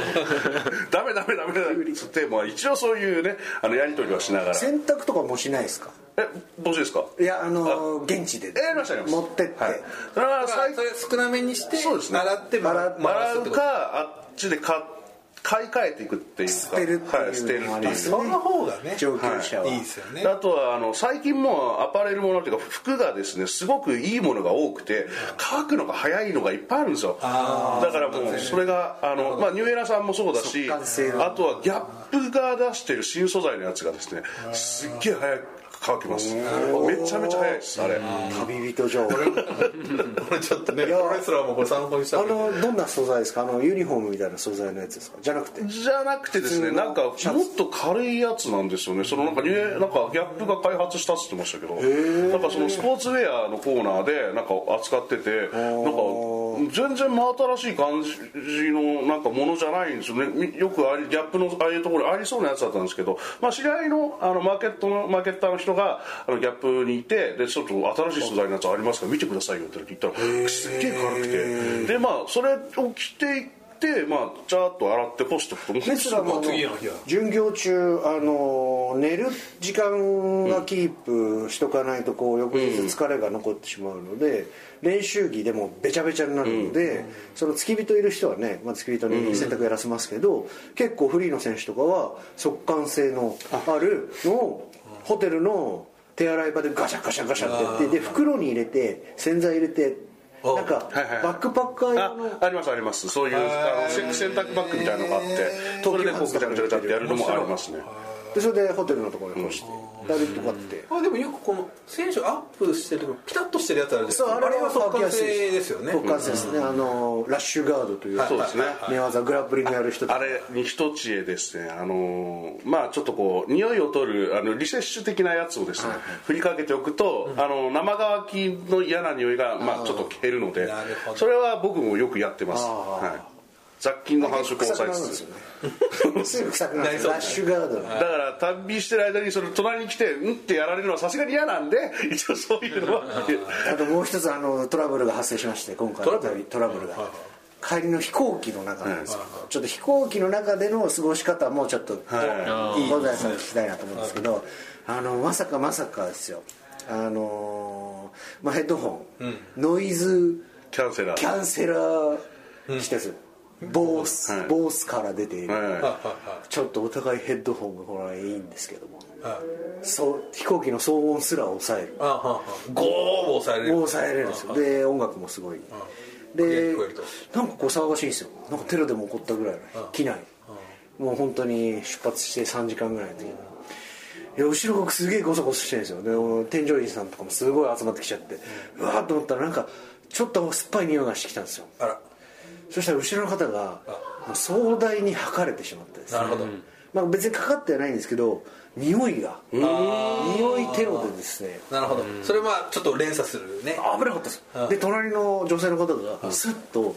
D: ダメダメダメだっつって、まあ、一応そういうねあのやり取りはしながら
B: 洗濯とかもしないですか
D: え募集ですか
B: いやあの現地で
D: えやりましたやりました
B: 持ってって、
D: はい、それは
C: だから
D: 最
C: それ少なめにして
D: そうですね
C: 洗って回
B: 洗
C: 回
D: 習
C: すっ
D: う
C: てこと
D: かあっちで買買い替えていくっていうか
B: 捨てるっていうのも
D: はい、捨てるって
B: あ
D: い
B: りま
D: う
B: す
C: その方がね
B: 上級者は、
C: いいですよね
D: あとはあの最近もうアパレルものっていうか服がですねすごくいいものが多くて乾くのが早いのがいっぱいあるんですよだからもうそれがあの、まあ、ニューエラさんもそうだし
B: 速乾性の
D: あとはギャップが出してる新素材のやつがですねすっげえ早く乾きますめちゃめちゃ早いですあれ
B: 旅人情報
C: これちょっとねプロレスラーもこれ参考にした
B: あ
C: 方がいい
B: のどんな素材ですかあのユニフォームみたいな素材のやつですかじゃなくて
D: じゃなくてですね
B: 普通の
D: なんかもっと軽いやつなんですよねそのなんかニューエなんかギャップが開発したっつってましたけどなんかそのスポーツウェアのコーナーでなんか扱っててなんか全然真新しい感じのなんかものじゃないんですよねみよくありギャップのああいうところありそうなやつだったんですけど、まあ、知り合いのあのマーケットのマーケッターの人があのギャップにいてでちょっと新しい素材のやつありますから見てくださいよって言ったらすっげえ軽くてでまあそれを着ていってまあちゃーっと洗って干しておくと
B: レスラーもあの
C: 次の日は
B: 巡業中あの寝る時間がキープしとかないとこう翌日疲れが残ってしまうので練習着でもべちゃべちゃになるのでその付き人いる人はね、まあ、付き人に洗濯やらせますけど結構フリーの選手とかは速乾性のあるのをホテルの手洗い場でガシャガシャガシャってやってで袋に入れて洗剤入れて
C: あ
B: なんか
D: はいはい
B: バックパッカー用
D: あ
B: の
D: ありますありますそういうあのせ洗濯バッグみたいなのがあってそれでこうぐちゃぐちゃぐちゃってやるのもありますね
B: でそれでホテルのところに干してやるとかって
C: あでもよくこの選手アップしてるのピタッとしてるやつあるじゃ
B: そう
C: ない
B: あれは
C: 速
B: 乾き
C: 乾
B: やすい
C: 性ですよね
B: 速乾性ですねあのラッシュガードという
D: そうですね
B: 寝技グラップリングやる人と
D: あ
B: か
D: れに一知恵ですねあのーまあちょっとこう匂いを取るあのリセッシュ的なやつをですね、振りかけておくと、あの生乾きの嫌な匂いがまあちょっと減るので
C: なるほど
D: それは僕もよくやってます、はい、雑菌の繁殖を
B: 臭く
D: 抑
B: な
D: え
B: る
D: つ
B: んで
D: つ
B: すよねすぐ臭 くなるんですよ
C: な
B: ラッ
C: りそ
B: シュガード
D: だから旅してる間にそれ隣に来てうんってやられるのはさすがに嫌なんで一応そういうのは
B: あともう一つあのトラブルが発生しまして今回の旅トラブルが帰りの飛行機の中なんですけどちょっと飛行機の中での過ごし方もちょっと
A: はい
B: 小田井さんに聞きたいなと思うんですけどあのまさかまさかですよあのまあヘッドホンノイズ
D: キャンセラー
B: キャンセラーしてですよボース、
D: はい
B: ボースから出ている、
D: は
B: ちょっとお互いヘッドホンがこれはいいんですけども
C: はい
B: そう飛行機の騒音すら抑える
C: あははゴーを抑えれる
B: もう抑えれるんですよで音楽もすごいで
C: 聞こえる
B: なんかこう騒がしいんですよなんかテロでも起こったぐらいの機内もう本当に出発して3時間ぐらいの時にで後ろがすげえゴソゴソしてるんですよでお添乗員さんとかもすごい集まってきちゃってうわーっと思ったらなんかちょっと酸っぱい匂いがしてきたんですよ
C: あら
B: そしたら後ろの方がもう壮大に吐かれてしまったですね
C: なるほど
B: まあ、別にかかってはないんですけど匂いが匂いテロでですね
C: なるほどそれはまあちょっと連鎖するね
B: 危なかったですで隣の女性の方がスッと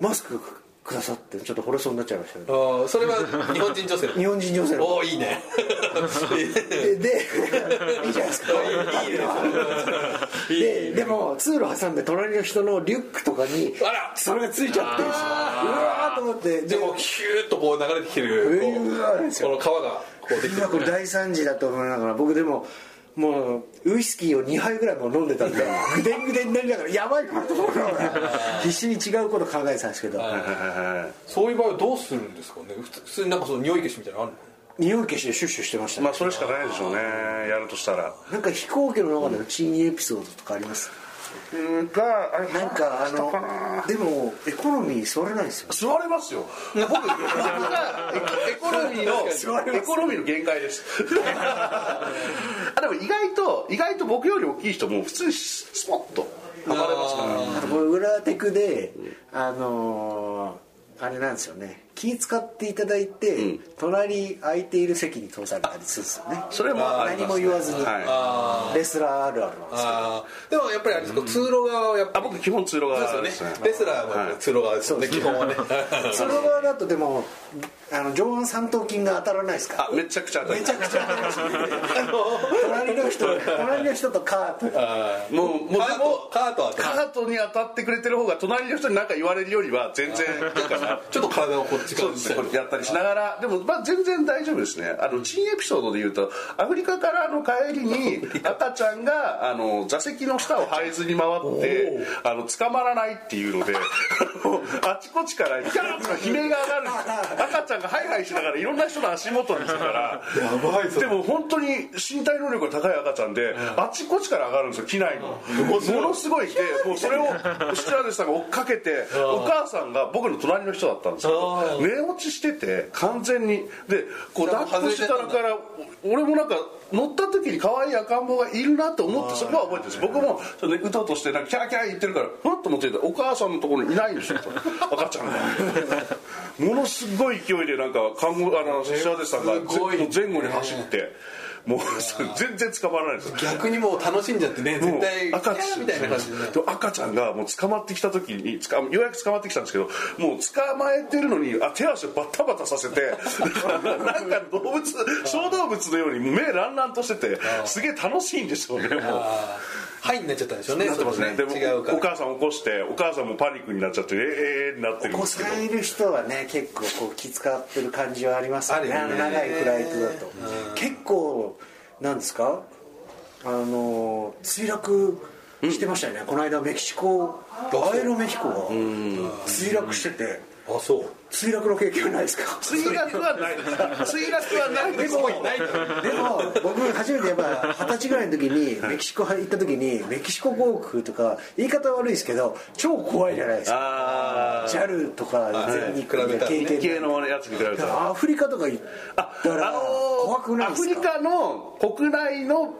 B: マスクくださってちょっと惚れそうになっちゃいましたね
C: あーそれは日本人女性の
B: 日本人女性の
C: お
B: 方
C: おいい ね
B: でで いいじゃないですか
C: いいね
B: ででも通路挟んで隣の人のリュックとかに
C: あら
B: それがついちゃってるんですようわーと思って
C: でもヒューッとこう流れてきてるこ
B: うわーです
C: うこの川がこうできて
B: 今
C: る
B: これ大惨事だと思いながら僕でももうウイスキーを2杯ぐらいもう飲んでたんでぐでんぐでんになりながらやばいなと思いなが ら必死に違うこと考えてたんですけど
D: いはいはい
C: そういう場合はどうするんですかね普通普通になんかその匂い消しみたいなのあるの
B: 匂い消しでシュッシュしてましたね
D: まあそれしかないでしょうねやるとしたら
B: なんか飛行機の中での珍エピソードとかあります
D: うんがあれ
B: なんかあのでもエコノミー座れないんですよ
D: 座れますよ僕僕がエコノミーのエコノミーの限界です あでも意外と意外と僕より大きい人も普通にスポッとはまれますから
B: あとこれ裏テクであのーあれなんですよね気使っていただいて、隣空いている席に通されたりするんですよね
D: それもあり
B: 何
D: ま
B: も
D: すね
B: 言わずに、
D: はい
B: レスラーあるあるなんです
C: あーでもやっぱりあれですか通路側はやっぱ
D: あ僕基本通路
C: そ
D: 側
C: う
D: で
C: です
D: す
C: よ
D: ね
C: ねレスラーはやっぱり通路側ですよね基本はね
B: その場合だとでもあの上腕三頭筋が当たらないですか
D: あめちゃくちゃ当たり
B: めちゃくちゃ当たりますね隣の人隣の人とカート
D: もうもうで
C: カート
D: も
C: カートは
D: カートに当たってくれてる方が隣の人に何か言われるよりは全然なんか
C: ちょっと体をこっちか
D: そう
C: ら
D: ですねこれやったりしながらでも、まあ、全然大丈夫ですねあの珍エピソードで言うとアフリカからの帰りに赤ちゃんがあの座席の下を這えずに回ってあの捕まらないっていうの であのあちこちからキャーッと悲鳴が上がるんです赤ちゃんがハイハイしながらいろんな人の足元に来たから
C: ばいぞ
D: でも本当に身体能力が高い赤ちゃんで、あちこちから上がるんですよ機内の、ものすごいでもうそれをシチュアーデスさんが追っかけてお母さんが僕の隣の人だったんですけ
C: あ
D: ど寝落ちしてて完全にでこう抱っこしてたからお俺もなんか乗った時に可愛い赤ん坊がいるなと思ってそこは覚えてるんです僕もちょっとねうとうとしてなんかキャーキャー言ってるからふっと思ってたらお母さんのところにいないんですよ赤ちゃんがものすごい勢いでなんか看護あのシチュアーデスさんが
C: すごい
D: 前後に走って。もうそれ全然捕まらないんですよ
C: 逆にもう楽しんじゃってね絶対
D: もう赤
C: キャーみたいな感じでね
D: でも赤ちゃんがもう捕まってきた時につかようやく捕まってきたんですけどもう捕まえてるのにあ手足をバッタバタさせて なんか動物小動物のように目乱々としててすげえ楽しいんでしょうねもう
C: あーはいになっちゃったんでしょうね
D: なってますね
C: そ
D: で
C: れ
D: も
C: と違うか
D: お
C: ら
D: 母さん起こしてお母さんもパニックになっちゃってえーえーになってるん
B: お
D: で
B: 子
D: すけど
B: さんいる人はね結構こう気遣ってる感じはありますよね
C: あるよね
B: 長いフライトだと結構なんですかあの墜落してましたよね、この間メキシコ
C: そう
B: アエロメキコが墜落してて
C: あそう
B: 墜落の経験はないですか
D: 墜落は ないです墜落はない です
C: ない
B: でも僕初めてやっぱ二十歳ぐらいの時にメキシコ行った時にメキシコ航空とか言い方悪いですけど超怖いじゃないですか
D: ああ
B: JAL とか全日空
C: はい
B: とか
C: 比べたらね
B: 経
D: 系
B: 験
D: のやつに比べたら
B: アフリカとか行ったら怖くない
D: ア
B: で
D: フ
B: す
D: リ
B: か
D: カの国内の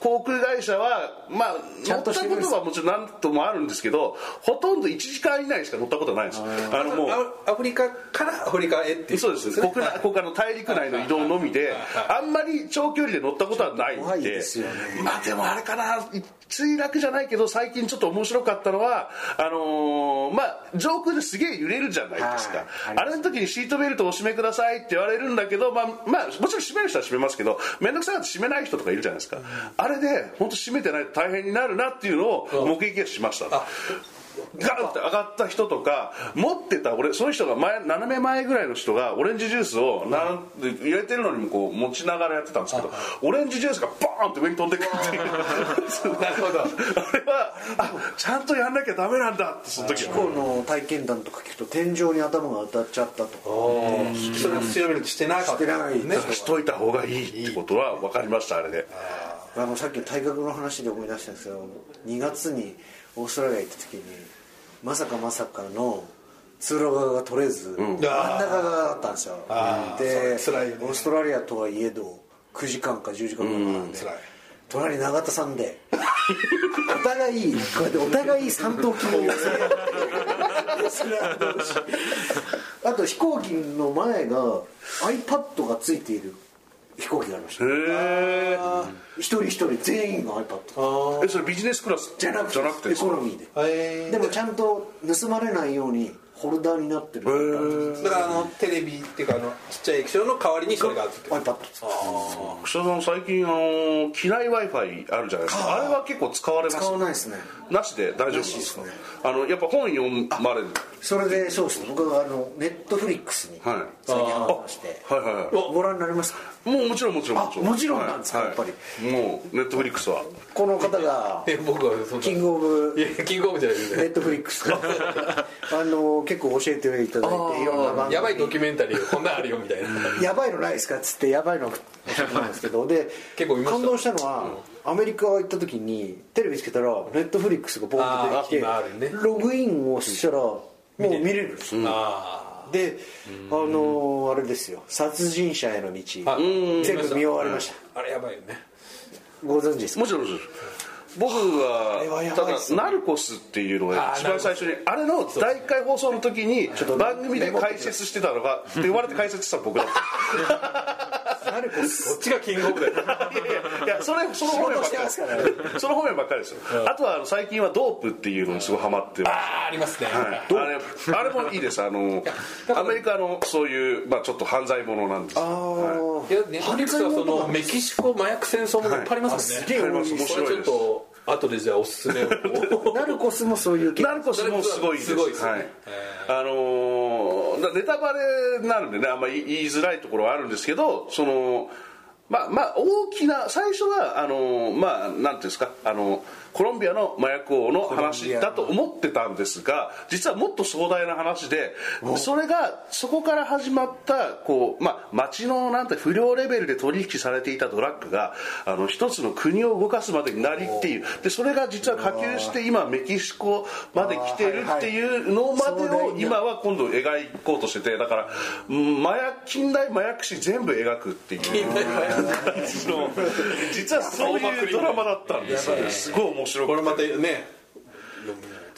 D: 航空会社は、まあ、
B: ちゃ
D: 乗
B: ん
D: っ
B: と
D: た
B: してるん
D: こ
B: です
D: とはもちろん何ともあるんですけどほとんど1時間以内しか乗ったことないですあのもう
C: アフリカからアフリカへっていう
D: そうです国内国内の大陸内の移動のみであんまり長距離で乗ったことはない
B: 怖い
D: んで
B: ですよね
D: まあでもあれかな墜落じゃないけど最近ちょっと面白かったのはあのーまあ上空ですげえ揺れるじゃないです
B: は
D: か
B: い
D: あれの時にシートベルトをお締めくださいって言われるんだけどまあまあもちろん締める人は締めますけど面倒くさいって締めない人とかいるじゃないですかあれで本当締めてないと大変になるなっていうのを目撃はしましたガンって上がった人とか持ってた俺その人が前斜め前ぐらいの人がオレンジジュースをなん入れてるのにもこう持ちながらやってたんですけどオレンジジュースがバーンって上に飛んでくるっていう
C: なるほど
D: あれはあちゃんとやんなきゃダメなんだってその時
B: 過去の体験談とか聞くと天井に頭が当たっちゃったとか
C: それを強めるとしてなかった
B: してない
C: ね
D: しといた方がいいってことは分かりましたあれで
B: あのさっきの体格の話で思い出したんですけど2月にオーストラリア行った時にまさかまさかの通路側が取れず、真ん中側だったんですよ
C: あー
B: で
C: それ辛いよね
B: オーストラリアとはいえど9時間か10時間かかるんで、
C: 辛い
B: 隣永田さんで お互いこうやってお互い三頭筋を寄せ合ってそれはどうしよう あと飛行機の前が iPad がついている飛行機がありました
D: へえ
B: 一人一人全員が iPad
D: えそれビジネスクラス
B: じゃなくてエ
D: ですか
B: コノミーで、
C: へー
B: でもちゃんと盗まれないようにホルダーになってる
C: だからあのテレビっていうかあのちっちゃい液晶の代わりにそれがあって
B: iPad
D: 櫛田さん最近あのー機内 w i f i あるじゃないですかあれは結構使われます
B: 使わないですね
D: なしで大丈夫なんですか
B: なしですね
D: あのやっぱ本読まれる
B: それでそうですね僕はあのネットフリックスに
D: はい
B: 最近ハマりまして
D: はいはいは
B: ご覧になりますか
D: いもうもちろんもちろん
B: あもちろんなんですか
D: はい
B: やっぱり
D: はいもうネットフリックスは
B: この方が
C: え僕はそんな
B: キングオブ
C: いやキングオブじゃないです
B: ネットフリックスがあの結構教えていただいていろんな番組
C: やばいドキュメンタリーこんなんあるよみたいな
B: やばいのないですかっつってやばいの送ってきたんですけどで
C: 結構見ました
B: 感動したのは、アメリカ行った時にテレビつけたらネットフリックスがボーンと出てき
C: あー今あ
B: て、
C: るね
B: ログインをしたら、もう見れるんですよ、
C: あ
B: であのーあれですよ殺人者への道
C: あうん
B: 全部見終わりました
C: あれやばいよね
B: ご存知ですか
D: もちろんもちろん僕
B: れはや
D: は
B: ば
D: た
B: いっ
D: だ
B: すね
D: ナルコスっていうのが
C: あー
D: 一番最初にあれの第1回放送の時に
B: と
D: 番組で解説してたのがって言われて解説したの僕だった
B: ナルコス
C: こっちがキングオブだよ
D: いやいやいやそれその方面ばっ
B: 仕事してますから
D: かりその方面ばっかりですよあとはあの最近はドープっていうのにすごいハマってます
C: あーありますね
D: あれあれもいいですあのアメリカのそういう、まあ、ちょっと犯罪者なんです
B: あ
D: あ
B: ー、
C: いやネットフリック スはそのメキシコ麻薬戦争もいっぱいありますもん
B: す
C: ね
B: げえ
D: ります面
C: これ
D: 白い
C: ちょ
D: で
C: っ
D: す
C: と後でじゃあおす すめを
B: ナルコスもそういう系
D: ナルコスもすごいです
C: すごいですね
D: はいあのーだネタバレになるんでねあんまり言いづらいところはあるんですけどそのまあまあ大きな最初はあのーまあなんていうんですかあのコロンビアの麻薬王の話だと思ってたんですが実はもっと壮大な話でそれがそこから始まったこう、まあ、町のなんて不良レベルで取引されていたドラッグがあの一つの国を動かすまでになりっていうでそれが実は波及して今メキシコまで来てるっていうのまでを今は今度描こうとしててだからうん麻薬近代麻薬史全部描くって いうの実はそういうドラマだったんですよすごい面白く
C: こ
D: て
C: れまたね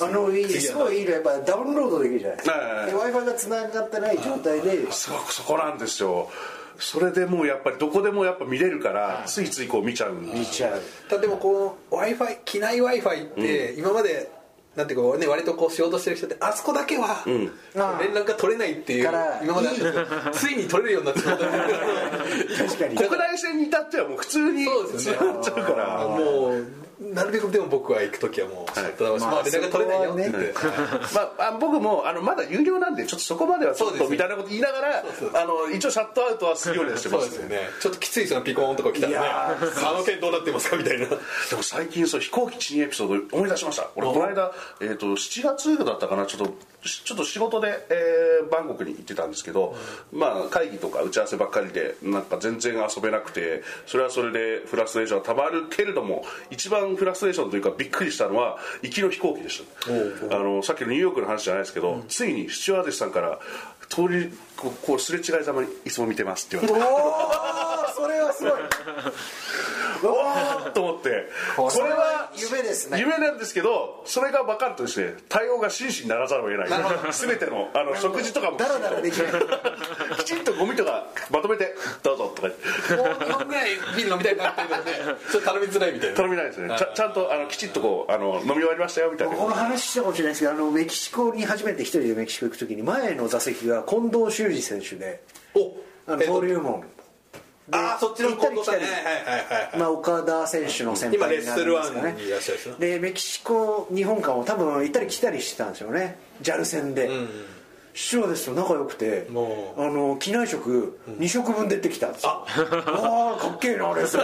B: あのいい
C: 次や
B: す
C: な
B: ごいいいのやっぱダウンロードできるじゃないですか
D: はいはいはい
B: w i f i がつながってない状態で
D: そうそこなんですよそれでもうやっぱりどこでもやっぱ見れるからついついこう見ちゃうんですよ
B: 見ちゃう
C: ただでもこう w i f i 機内 w i f i って今まで、なんていうかね割とこう仕事してる人ってあそこだけは連
B: ああ
C: 絡が取れないっていう
B: から
C: 今まであったんですけどついに取れるようになってしま った
B: 確 かに
D: 国内線に至ってはもう普通に
C: そうです
D: つな
C: ね
D: がっちゃうから
C: もうなるべくでも僕は行く時はもうシャットダウンして、
B: まあ
C: まあ、連絡が取れないよって言って、
B: そ
D: まあ、あ僕もあのまだ有料なんでちょっとそこまではちょっ
C: そうで
D: と
C: すね
D: みたいなこと言いながらあの一応シャットアウトはするようにはして
C: そ
D: ま
C: うですす
D: ね
C: よねちょっときついそのピコーンとか来た
B: い
C: ら
B: や
C: ねあの件どうなってますかみたいな
D: でも最近そう飛行機地にエピソード思い出しました俺この間、えー、と7月だったかなちょっとしちょっと仕事で、えーバンコクに行ってたんですけど、まあ、会議とか打ち合わせばっかりでなんか全然遊べなくてそれはそれでフラストレーションはたまるけれども一番フラストレーションというかびっくりしたのは行きの飛行機でしたあのさっきのニューヨークの話じゃないですけど、ついにスチュワーデスさんから通りこうこうすれ違いざまにいつも見てますって言われて
B: おーそれはすごい
D: おーっと思ってこれは
B: 夢ですね
D: 夢なんですけどそれが分かるとですね対応が真摯にならざるを得ない全てのあの食事とかも
B: ダラダラできない
D: きちんとゴミとかまとめてどうぞとか言って
C: もう日本ぐらいビール飲みたいなっていうので ちょっと頼みづらいみたいな
D: 頼みないですねちゃちゃんとあのきちんとこうあの飲み終わりましたよみたいな
B: この話したかもしれないですけどあのメキシコに初めて一人でメキシコ行く時に前の座席が近藤修二選手で
C: お
B: あの
C: えっと
B: 登竜門で
C: あーそっちの
B: 行ったり来たり
C: 近藤さんねはいはいはいはい
B: まあ岡田選手の先
C: 今
B: 輩
C: レッ
B: にな
C: ス
B: るん
C: ル
B: で
C: ワ
B: すか
C: ン
B: ね
C: にいらっしゃる人
B: でメキシコ日本間を多分行ったり来たりしてたんですよね JAL 戦で、師匠ですと仲良くてあ
C: もう
B: の機内食2食分出てきたんですよ、ああかっけえなあれさ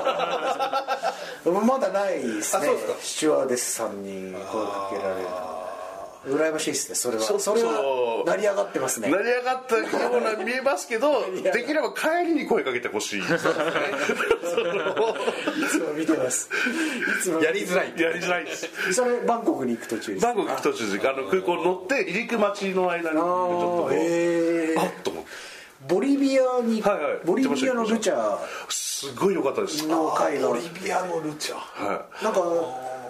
B: まだないです
C: あ
B: ね
C: そうですか
B: スチュワーデスさんに声かけられる羨ましいですねそれは
D: そ
B: それは
D: そう
B: 成り上がってますね
D: 成り上がったような見えますけどできれば帰りに声かけてほしい
B: いつも見てますいつも
C: やりづら い
D: やりづらいです
B: それバンコクに行く途中です
D: バンコク行く途中であの空港に乗って離陸待ちの間にちょっとこ
B: あ
D: う
B: ーへー
D: あっと思って
B: ボリビアに、
D: はいはい
B: ボリビアのルチャ
D: すごい良かったです
B: ーの会が
C: ボリビアのルチャ
D: はい
B: なんか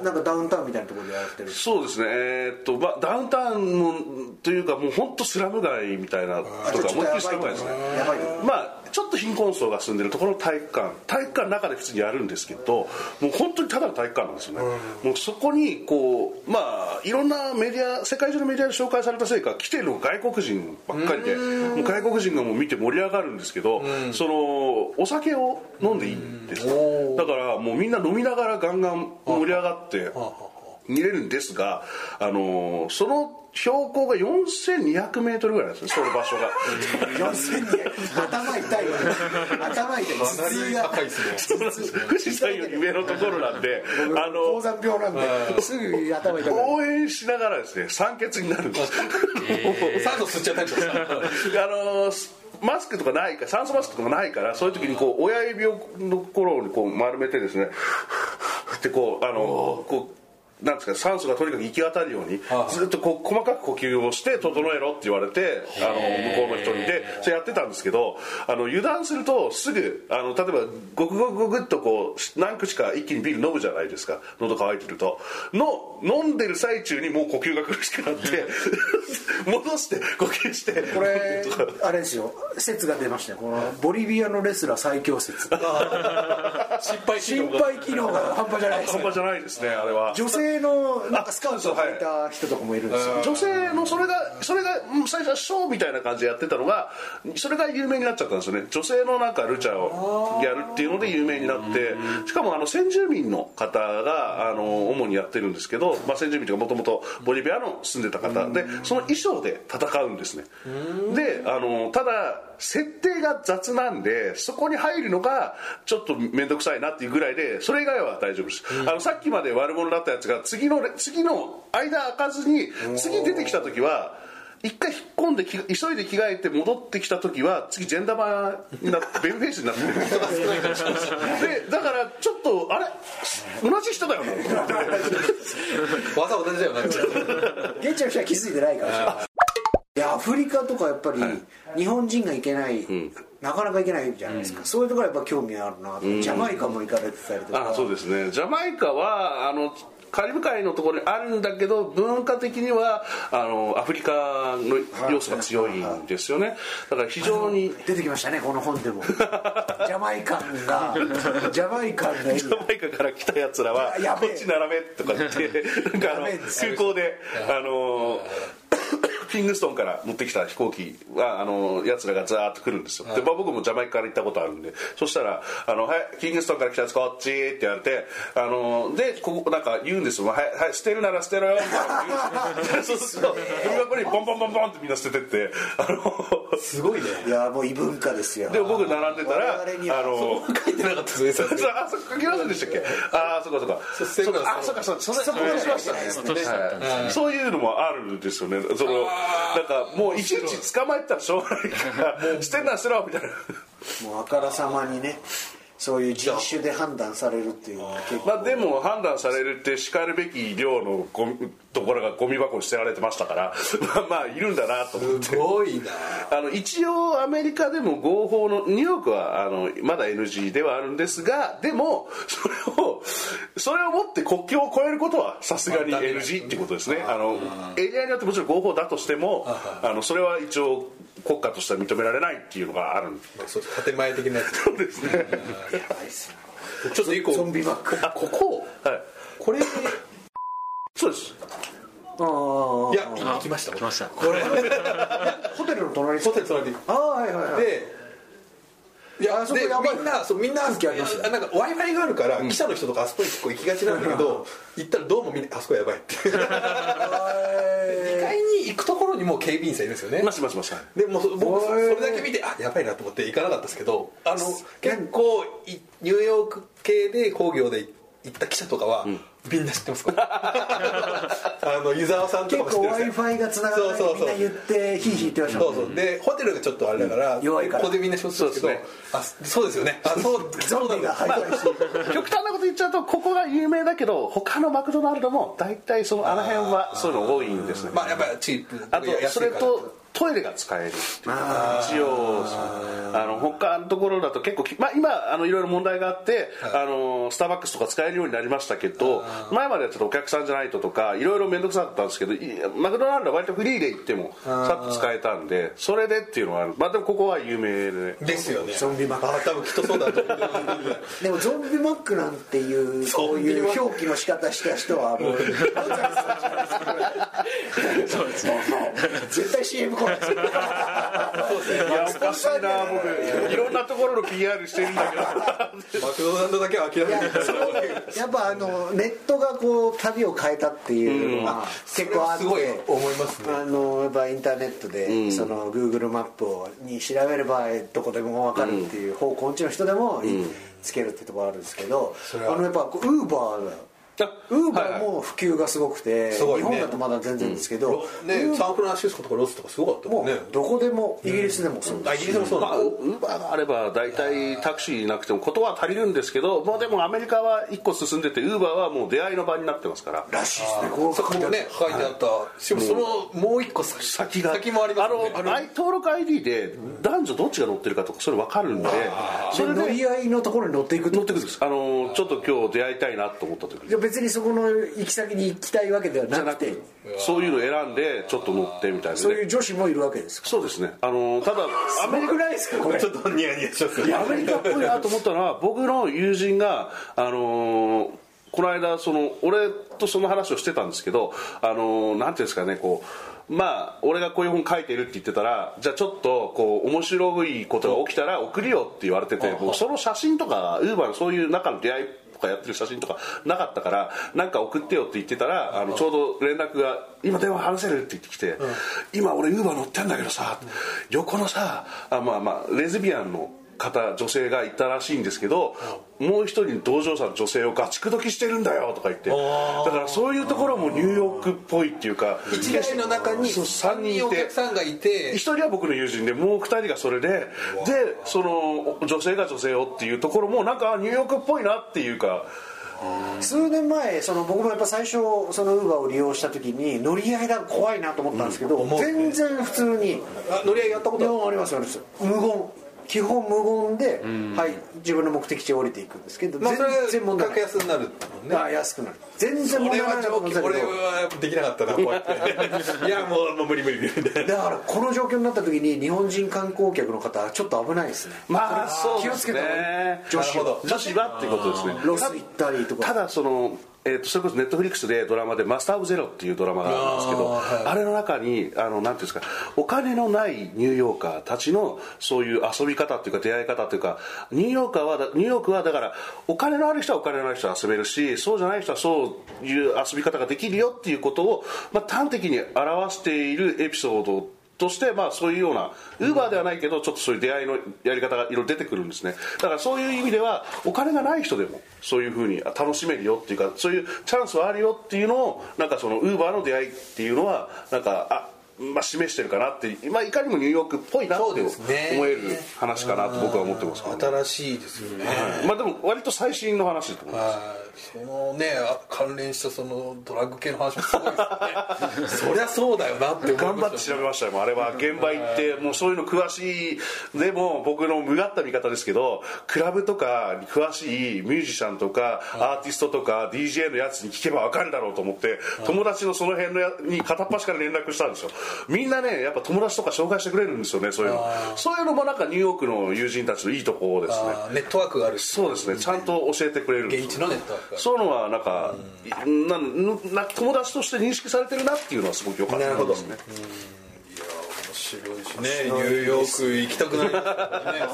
B: なんかダウンタウンみたいなところでやってる
D: そうですね、えーっとまあ、ダウンタウンのというかもう本当スラム街みたいなと
B: あじゃあ
D: か
B: ちょ
D: 思
B: っ
D: いっ
B: と
D: き
B: やば
D: り
B: い
D: スラム街ですね
B: とこやばいとこ
D: まあちょっと貧困層が住んでるところの体育館体育館の中で普通にやるんですけどもう本当にただの体育館なんですよね、もうそこにこうまあいろんなメディア世界中のメディアで紹介されたせいか来てるのが外国人ばっかりでもう外国人がもう見て盛り上がるんですけど、そのお酒を飲んでいいんですよだからもうみんな飲みながらガンガン盛り上がって、見れるんですが、あのーその標高が4200メートルぐらいなんですね、その場所が。
B: 4200頭痛いわ頭痛い頭痛が
C: 高いですね
D: 富士山より上のところなんで、あ
B: 高
D: の
B: 山病なんですぐ頭痛くなる
D: 応援しながらですね、酸欠になるんです。
C: 酸素吸っちゃったりとか
D: あのーすマスクとかないから酸素マスクとかないからそういう時にこう親指をの頃にこう丸めてですねってこうあのーこうなんですか酸素がとにかく行き渡るように
C: はい
D: ずっとこう細かく呼吸をして整えろって言われてあの向こうの人にでそれやってたんですけどあの油断するとすぐあの例えばゴクゴクゴクっとこう何口か一気にビール飲むじゃないですか喉乾いてるとの飲んでる最中にもう呼吸が苦しくなって 戻して呼吸して
B: これあれですよ説が出ましたよこのボリビアのレスラー最強説
C: 心配
B: 心配機能が半端じゃないです
D: 半
B: ね
D: 端じゃないですねあれは
B: 女性のなんかスカウトを履いた人とかもいるんですよ
D: 女性のそれがそれがうん最初はショーみたいな感じでやってたのがそれが有名になっちゃったんですよね女性のなんかルチャーをやるっていうので有名になってしかもあの先住民の方があの主にやってるんですけど、まあ、先住民というかもともとボリビアの住んでた方でその衣装で戦うんですねであのただ設定が雑なんでそこに入るのがちょっと面倒くさいなっていうぐらいでそれ以外は大丈夫です、あのさっきまで悪者だったやつが次の次の間開かずに次出てきた時は一回引っ込んでき急いで着替えて戻ってきた時は次ジェンダーバーになってベンフェイスになってるでだからちょっとあれ同じ人だよな
C: 技同じだよな
B: 現地の人は気づいてないかもしれないいやアフリカとかやっぱり日本人が行けない、なかなか行けないじゃないですか、そういうところはやっぱ興味あるなと、ジャマイカも行かれてたりとか
D: あそうですねジャマイカはあのカリブ海のところにあるんだけど文化的にはあのアフリカの要素が強いんですよねだから非常に
B: 出てきましたねこの本でもジャマイカンがジャマイカンがいい
D: ジャマイカから来たやつらは
B: やべ
D: こ
B: え
D: っち並べとか言っ てなんかあの
B: やべえ
D: 空港であ のキングストンから持ってきた飛行機はあのやつらがザーッと来るんですよで、まあ、僕もジャマイカから行ったことあるんでそしたらあの、はい「キングストンから来たやつこっち」って言われてあのでここなんか言うんですよ「はい、はい、捨てるなら捨 てろよ」みたいな言うんですよそうするとゴミ箱にボンボンボンボンってみんな捨ててってあの
C: すごいね
B: いやもう異文化ですよ
D: で僕並んでたらあ
B: 我々には
D: の
C: 書いてなかったですね
D: そうあそこ書きませんでしたっけああそっかそっか
C: そうそういうこと
D: あそっかそっかそれ
B: そこまでしましたね
A: 落としちゃったんです
D: はいそういうのもあるんですよねそのなんかもういちいち捕まえてたらしょうがないから捨てんな捨てろみたいな
B: もうあからさまにねそういう人種で判断されるっていうのは結 構
D: まあでも判断されるってしかるべき量のゴミところがゴミ箱に捨てられてましたから まあまあいるんだなと思って
C: すごいな
D: あの一応アメリカでも合法のニューヨークはあのまだ NG ではあるんですがでもそれをそれをもって国境を越えることはさすがに NG っていうことですねあのエリアによってもちろん合法だとしてもあのそれは一応国家としては認められないっていうのがあるん
C: まあそう建前的なやつ
D: ですね
C: ちょっと一個
B: ゾンビバック
C: あここ
D: はい
C: これい
D: そうです
B: あ
C: や行きました
A: 来ました
C: これ
B: あホテルの隣
C: ホテル隣
B: ああはいはいはい
C: でいや
B: あそこ
C: で
B: やばい
C: みんなそうみんな
B: 空気ありますよ
C: なんか w i f i があるから、記者の人とかあそこに結構行きがちなんだけど行ったらどうもみんなあそこやばい って2階に行くところにもう警備員さんいるんですよね
D: ましましまし
C: でもうそ僕そ
B: へー
C: れだけ見てあやばいなと思って行かなかったですけどあの結構いニューヨーク系で工業で行った記者とかは、みんな知ってますこれ あの湯沢さんとか
B: 結
C: も知っ
B: 構
C: て
B: w
C: る
B: i f
C: んですよ
B: i がつながらない
C: そうそう
B: みん
C: そう
B: な言ってヒーヒー言ってましたも
C: そ
B: ん
C: う
B: ね
C: そうでホテルがちょっとあれだから、
B: 弱いから
C: ここでみんな仕事するんですけどあそうですよねあそう
B: ゾンビが入ったりして
D: た 極端なこと言っちゃうとここが有名だけど他のマクドナルドも大体そのあの辺はそういうの多いんですね
C: まあやっぱチープ
D: あと
C: 安いから
D: それとトイレが使えるっていう一応そうあの他のところだと結構き、まあ、今あのいろいろ問題があって、あのスターバックスとか使えるようになりましたけど前まではちょっとお客さんじゃないととかいろいろ面倒くさかったんですけどいマクドナルドは割とフリーで行ってもさっと使えたんでそれでっていうのはある、まあ、でもここは有名で、
C: ですよね
B: ゾンビマック
C: あ多分きっとそうだと思う
B: でもゾンビマックなんていう
C: ゾ
B: そう
C: ンビマッ
B: い
C: ク
B: う表記の仕方した人は もう
A: そうですね
B: 絶対 CM 来ないですよ
D: いやおかしいな僕いろんなところの PR してるんだけど
C: マクドナルドだけは諦めない
B: やっぱあのネットがこう旅を変えたっていうのは結構あって
C: すごい思いますね
B: あのやっぱインターネットでその Google マップをに調べればどこでも分かるっていう方向音痴の人でもつけるってところあるんですけど
C: れは
B: あのやっぱこう Uber がウーバーも普及がすごくて
C: すごい
B: 日
C: ね
B: 本だとまだ全然ですけど
C: ねサンフランシスコとかロスとかすごかったも
B: も
C: んね
B: うどこでもイギリスでもそう
C: あイギリスもそう
D: ま
C: な
D: あ、
C: ん
D: ウ
C: だ
D: ーバーがあれば大体タクシーなくてもことは足りるんですけど、まあ、でもアメリカは一個進んでてウーバーはもう出会いの場になってますから
B: らしいですねこう
C: そこもね書いてあったしかもそのもう一個先
D: 先が
C: 先もありますよね
D: あの I 登録 ID で男女どっちが乗ってるかとかそれ分かるんでそ
B: そ
D: れ
B: れ乗
D: で
B: り合いのところに乗っていくって
D: 乗っ
B: こ
D: て
B: と
D: くるんですあのちょっと今日出会いたいなと思った時に
B: じゃあ別にそこの行き先に行きたいわけでは
D: じゃ
B: な
D: な
B: く
D: く
B: て
D: てそういうの選んでちょっと乗ってみたいな
B: そういう
D: ね
B: 女子もいるわけですか
D: そうですねあのただアメリカ
B: ぐらいですかこれ
C: ちょっとニヤニヤしますよ
D: アメリカっぽいなと思ったのは僕の友人が、あのーこの間その俺とその話をしてたんですけど、あのーなんていうんですかねこうまあ俺がこういう本書いてるって言ってたらじゃあちょっとこう面白いことが起きたら送るよって言われてて僕その写真とかウーバーのそういう中の出会いとかやってる写真とかなかったからなんか送ってよって言ってたらあのちょうど連絡が「今電話話せる?」って言ってきて「今俺ウーバー乗ってんだけどさ横のさあまあまあレズビアンの方女性がいたらしいんですけど、もう一人同乗者の女性をガチ口説きしてるんだよとか言ってだからそういうところもニューヨークっぽいっていうか
C: 一台の中に
D: そう
C: 3
D: 3人
C: 人
D: い
C: お
D: て
C: 客さんがいて
D: 一人は僕の友人でもう二人がそれででその女性が女性をっていうところもなんかあニューヨークっぽいなっていうか
B: 数年前その僕もやっぱ最初そのウーバーを利用した時に乗り合いだ怖いなと思ったんですけど、
C: うん思うね
B: 全然普通に
C: あ乗り合いやったことある
B: ありますあります無言基本無言で、はい、自分の目的地へ降りていくんですけど、
C: まあそれ
B: 全然問題な
C: 格
B: い
C: 安になるもんね
B: あ安くなる全然問
C: 俺
B: 題な
C: はい
B: と
C: 上
B: 思うん
C: 級
B: だけ
C: 俺
B: ど
C: はできなかったなこうやって いやもうもう無理無理無理みたいな
B: だからこの状況になった時に日本人観光客の方はちょっと危ないですね
D: まあそう
B: 気
D: で
B: をつ
D: す
B: けた方がい
D: ね
B: い女子
C: なるほ
B: は
C: ど
D: 女子はっていうことですね
B: ロス行ったりとか
D: ただその、えー、とそれこそネットフリックスでドラマで「マスター・オブ・ゼロ」っていうドラマがあるんですけどあ,、
C: あーはい
D: れの中にあのなんていうんですかお金のないニューヨーカーたちのそういう遊び方っていうか出会い方っていうかニューヨーカーはだニューヨークはだからお金のある人はお金のある人は遊べるしそうじゃない人はそういう遊び方ができるよっていうことを、まあ、端的に表しているエピソードとしてまあそういうようなウーバーではないけどちょっとそういう出会いのやり方がいろいろ出てくるんですねだからそういう意味ではお金がない人でもそういうふうにあ楽しめるよっていうかそういうチャンスはあるよっていうのをなんかそのウーバーの出会いっていうのはなんかあまあ、示してるかなって、まあ、いかにもニューヨークっぽいなって
C: そう
D: 思
C: ですね
D: える話かなと僕は思ってますけどね、
C: 新しいですよね、
D: はいまあ、でも割と最新の話だと思います
C: はいそのねあ関連したそのドラッグ系の話もすごいですね そりゃそうだよなって思いました
D: 頑張って調べましたよもうあれは現場行ってもうそういうの詳しいでも僕の無がった見方ですけどクラブとかに詳しいミュージシャンとかアーティストとか DJ のやつに聞けば分かるだろうと思って友達のその辺のやに片っ端から連絡したんですよみんなねやっぱ友達とか紹介してくれるんですよねそういうのそういうのもなんかニューヨークの友人たちのいいところですね
C: あーネットワークがあるし
D: そうですねちゃんと教えてくれるんですよ
C: 現地のネットワークがある
D: そういうのはなんか、なんな友達として認識されてるなっていうのはすごく良かったですね
C: 面白いしねニューヨーク行きたくなりますね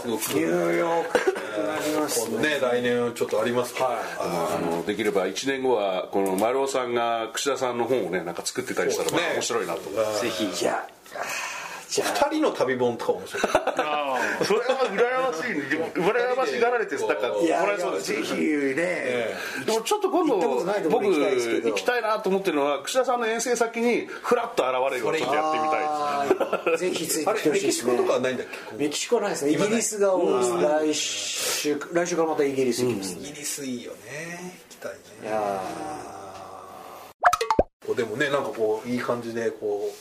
C: すごく
B: ニューヨークになりますね
C: ね来年ちょっとありますけど、
D: あのできれば1年後はこの丸尾さんが櫛田さんの本をねなんか作ってたりしたら
C: そうですね
D: 面白いなと
A: ぜひ
B: いやあーじゃあ
C: 2人の旅本とか面白い
A: あー
D: それは羨ましいねでも羨ましがられてなんか
B: いや
D: もらえそうです
B: ぜ
D: ね
B: ひね
D: でもちょっと今
B: 行ったことない
D: 度
B: とこ
D: 僕
B: ろ行きたいですけど
D: 行きたいなと思ってるのは櫛田さんの遠征先にフラッと現れるのをちょっとやってみたいです
B: あぜひつい
C: あ
B: てきてほ
C: れ
B: しい
C: メキ
B: で
C: シ
B: す
C: コ
B: ね
C: とかはないんだっけこう
B: メキシコはないですねイギリスが多いです来週来週からまたイギリス行きますね
C: イギリスいいよね行きたい
B: い
C: ね
B: や
C: こうでもねなんかこういい感じでこう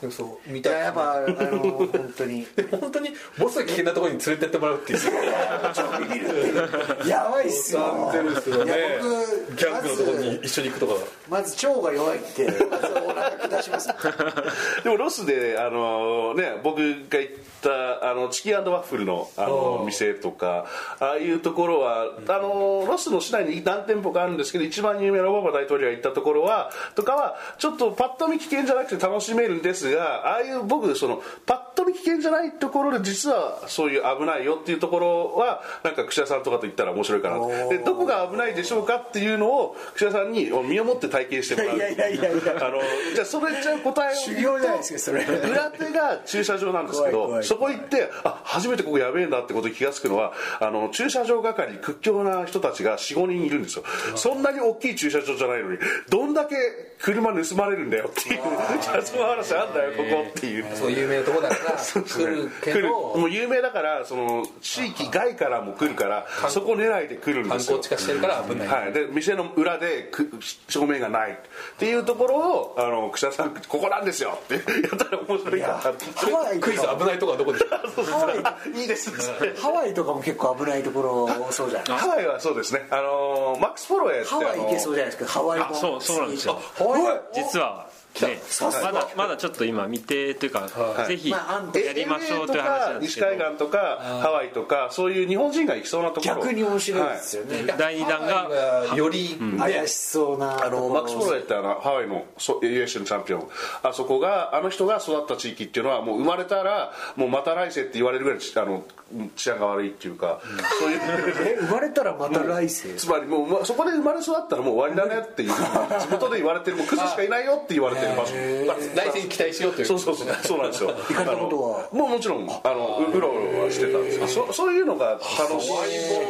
C: でもそう見
B: ーい
C: た
B: や
C: い
B: やっぱあの本当に
C: で本当にボスが危険なところに連れてってもらうっていう
B: やばいっすよ
C: ロサンゼルスの
B: い
C: ね
B: や僕
C: ギャングのところに一緒に行くとか
B: まず腸が弱いってまずお腹下します
D: でもロスで、あのね、僕が行ったあのチキンワッフルの、あの店とかああいうところは、あのロスの市内に何店舗かあるんですけど一番有名なオバマ大統領が行ったところはとかはちょっとパッと見危険じゃなくて楽しめるんですがああいう僕そのパッと見危険じゃないところで実はそういう危ないよっていうところはなんか櫛田さんとかと行ったら面白いかなとでどこが危ないでしょうかっていうのを櫛田さんに身をもって体験してもらう
B: いやいやいやいや
D: あのじゃあそれじゃあ答えを
B: 修行じゃないですかそれ
D: 裏手が駐車場なんですけど
B: 怖い怖い
D: そこ行ってあ初めてここやべえんだってことに気が付くのはあの駐車場係屈強な人たちが45人いるんですよそんなに大きい駐車場じゃないのにどんだけ車盗まれるんだよっていうその話あんだよここっていう。
C: ら そう有名なところだから来るけ
D: 来るも
C: ど
D: う有名だからその地域外からも来るからそこ狙いで来るん
C: 観
D: ですよ
C: 光地化してるから危ない
D: はい、で店の裏でく照明がないっていうところをあの草さんここなんですよってやったら面白いかなって
B: ハワイと
C: クイズ
B: か
C: 危ないとこはどこでしょう
B: ハワイ
D: いいですね
B: ハワイとかも結構危ないところ多そうじゃない
D: ハワイはそうですねあのマックス・フォロウェイって
B: ハワイ行け
D: あ
B: そ
D: の
B: うじゃないですかハワイも
A: あそうそうなんですよ
B: ハワイ
A: 実はねまだまだちょっと今未定というか、ぜひ
B: まあ安定
A: やりましょうという話なんですけ
D: 西海
A: ど
D: 岸とかハワイとかそういう日本人が行きそうなところ
B: 逆に面白いですよね、
A: 第2弾が
C: より、
B: 怪しそうな
D: あのマックス・フォロウェイってあのハワイのそ US のチャンピオンあそこがあの人が育った地域っていうのはもう生まれたらもうまた来世って言われるぐらいちあの治安が悪いっていうか、そういう
B: え生まれたらまた来世
D: つまりもうまそこで生まれ育ったらもう終わりだねっていう地元で言われてるもうクズしかいないよって言われてる場所
C: 来世に期待しようという
D: そうそうそうそうなんですよ行
B: かれたことは
D: もうもちろんあのううろうろはしてたんですけどそそういうのが楽しい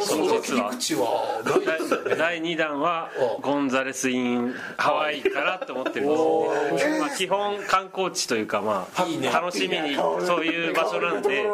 C: そう
A: そう
C: 切り口はないですよね
A: 第2弾はゴンザレス・イン・ハワイからと思ってるんですよね、まあ、基本観光地というか、まあ、
C: いいね
A: 楽しみにそういう場所なんで
C: 大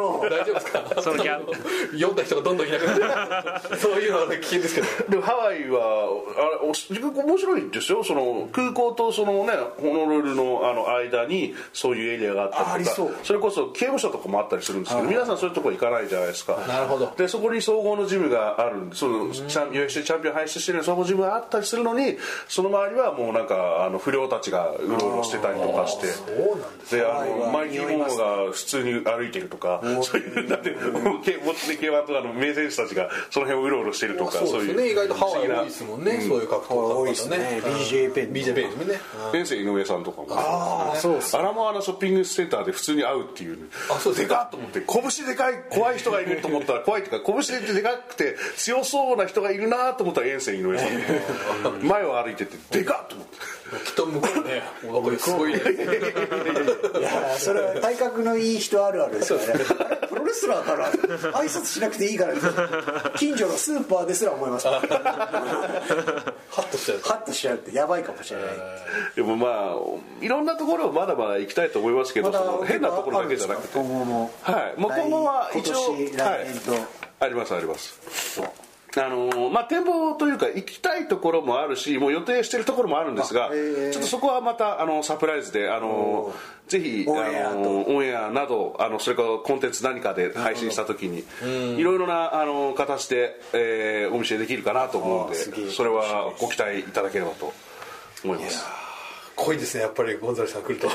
C: 丈夫ですか
A: そのギャン
C: 読んだ人がどんどんいなくなってそういうのは危険ですけど
D: でもハワイはあれお面白いですよその空港とそのねホノロールのあの間にそういうエリアがあったりとか
B: あありそう
D: れこそ刑務所とかもあったりするんですけど皆さんそういうとこ行かないじゃないですか
C: なるほど
D: でそこに総合のジムがあるんでそのチャン UFC チャンピオン輩出してるような総合ジムがあったりするのにその周りはもうなんかあの不良たちがうろうろしてたりとかして
C: そうなんです
D: であ
B: う
D: の
B: わ
D: マイキー・モモが普通に歩いてるとかそういうだってもう K- 持って K1 とかの名選手たちがその辺をうろうろしてるとか
C: そうですよね意外とハワイ多いですもんね、そういう格闘家
B: 多いですね BJ ペン
C: BJ ペンですもんね
D: 先生井上さんとかも
B: ああそうっす
D: アラモアナショッピングセンターで普通に会うっていう
C: あそうです
D: でかっと思って拳でかい怖い人がいると思ったら怖いっていうか拳ででかくて強そうな人がいるなと思ったら遠征井上さん前を歩いててでかっと思って
C: きっと向こう ねおなんかすごいね
B: いやそれは体格のいい人あるあるですからねあれプロレスラーから挨拶しなくていいからね近所のスーパーですら思います
C: ハッとしちゃう
B: ハッとしちゃうってやばいかもしれない
D: でもまあいろんなところまだまだ行きたいと思いますけど、
B: ま
D: そ
B: だ
D: の変なところだけじゃなくて
B: 今後も
D: はい、もう今後は一応
B: 今年来年と
D: はい、ありますありますあのーまあ、展望というか行きたいところもあるしもう予定してるところもあるんですが
B: あへー
D: ちょっとそこはまたあのサプライズであのーぜひあ
B: オンエアと
D: のーオンエアなどあのそれからコンテンツ何かで配信した時にいろいろなあのー形で、えーお見せできるかなと思うの
B: あーすげえ
D: でそれはご期待いただければと思います。
C: 濃いですねやっぱりゴンザレさん来ると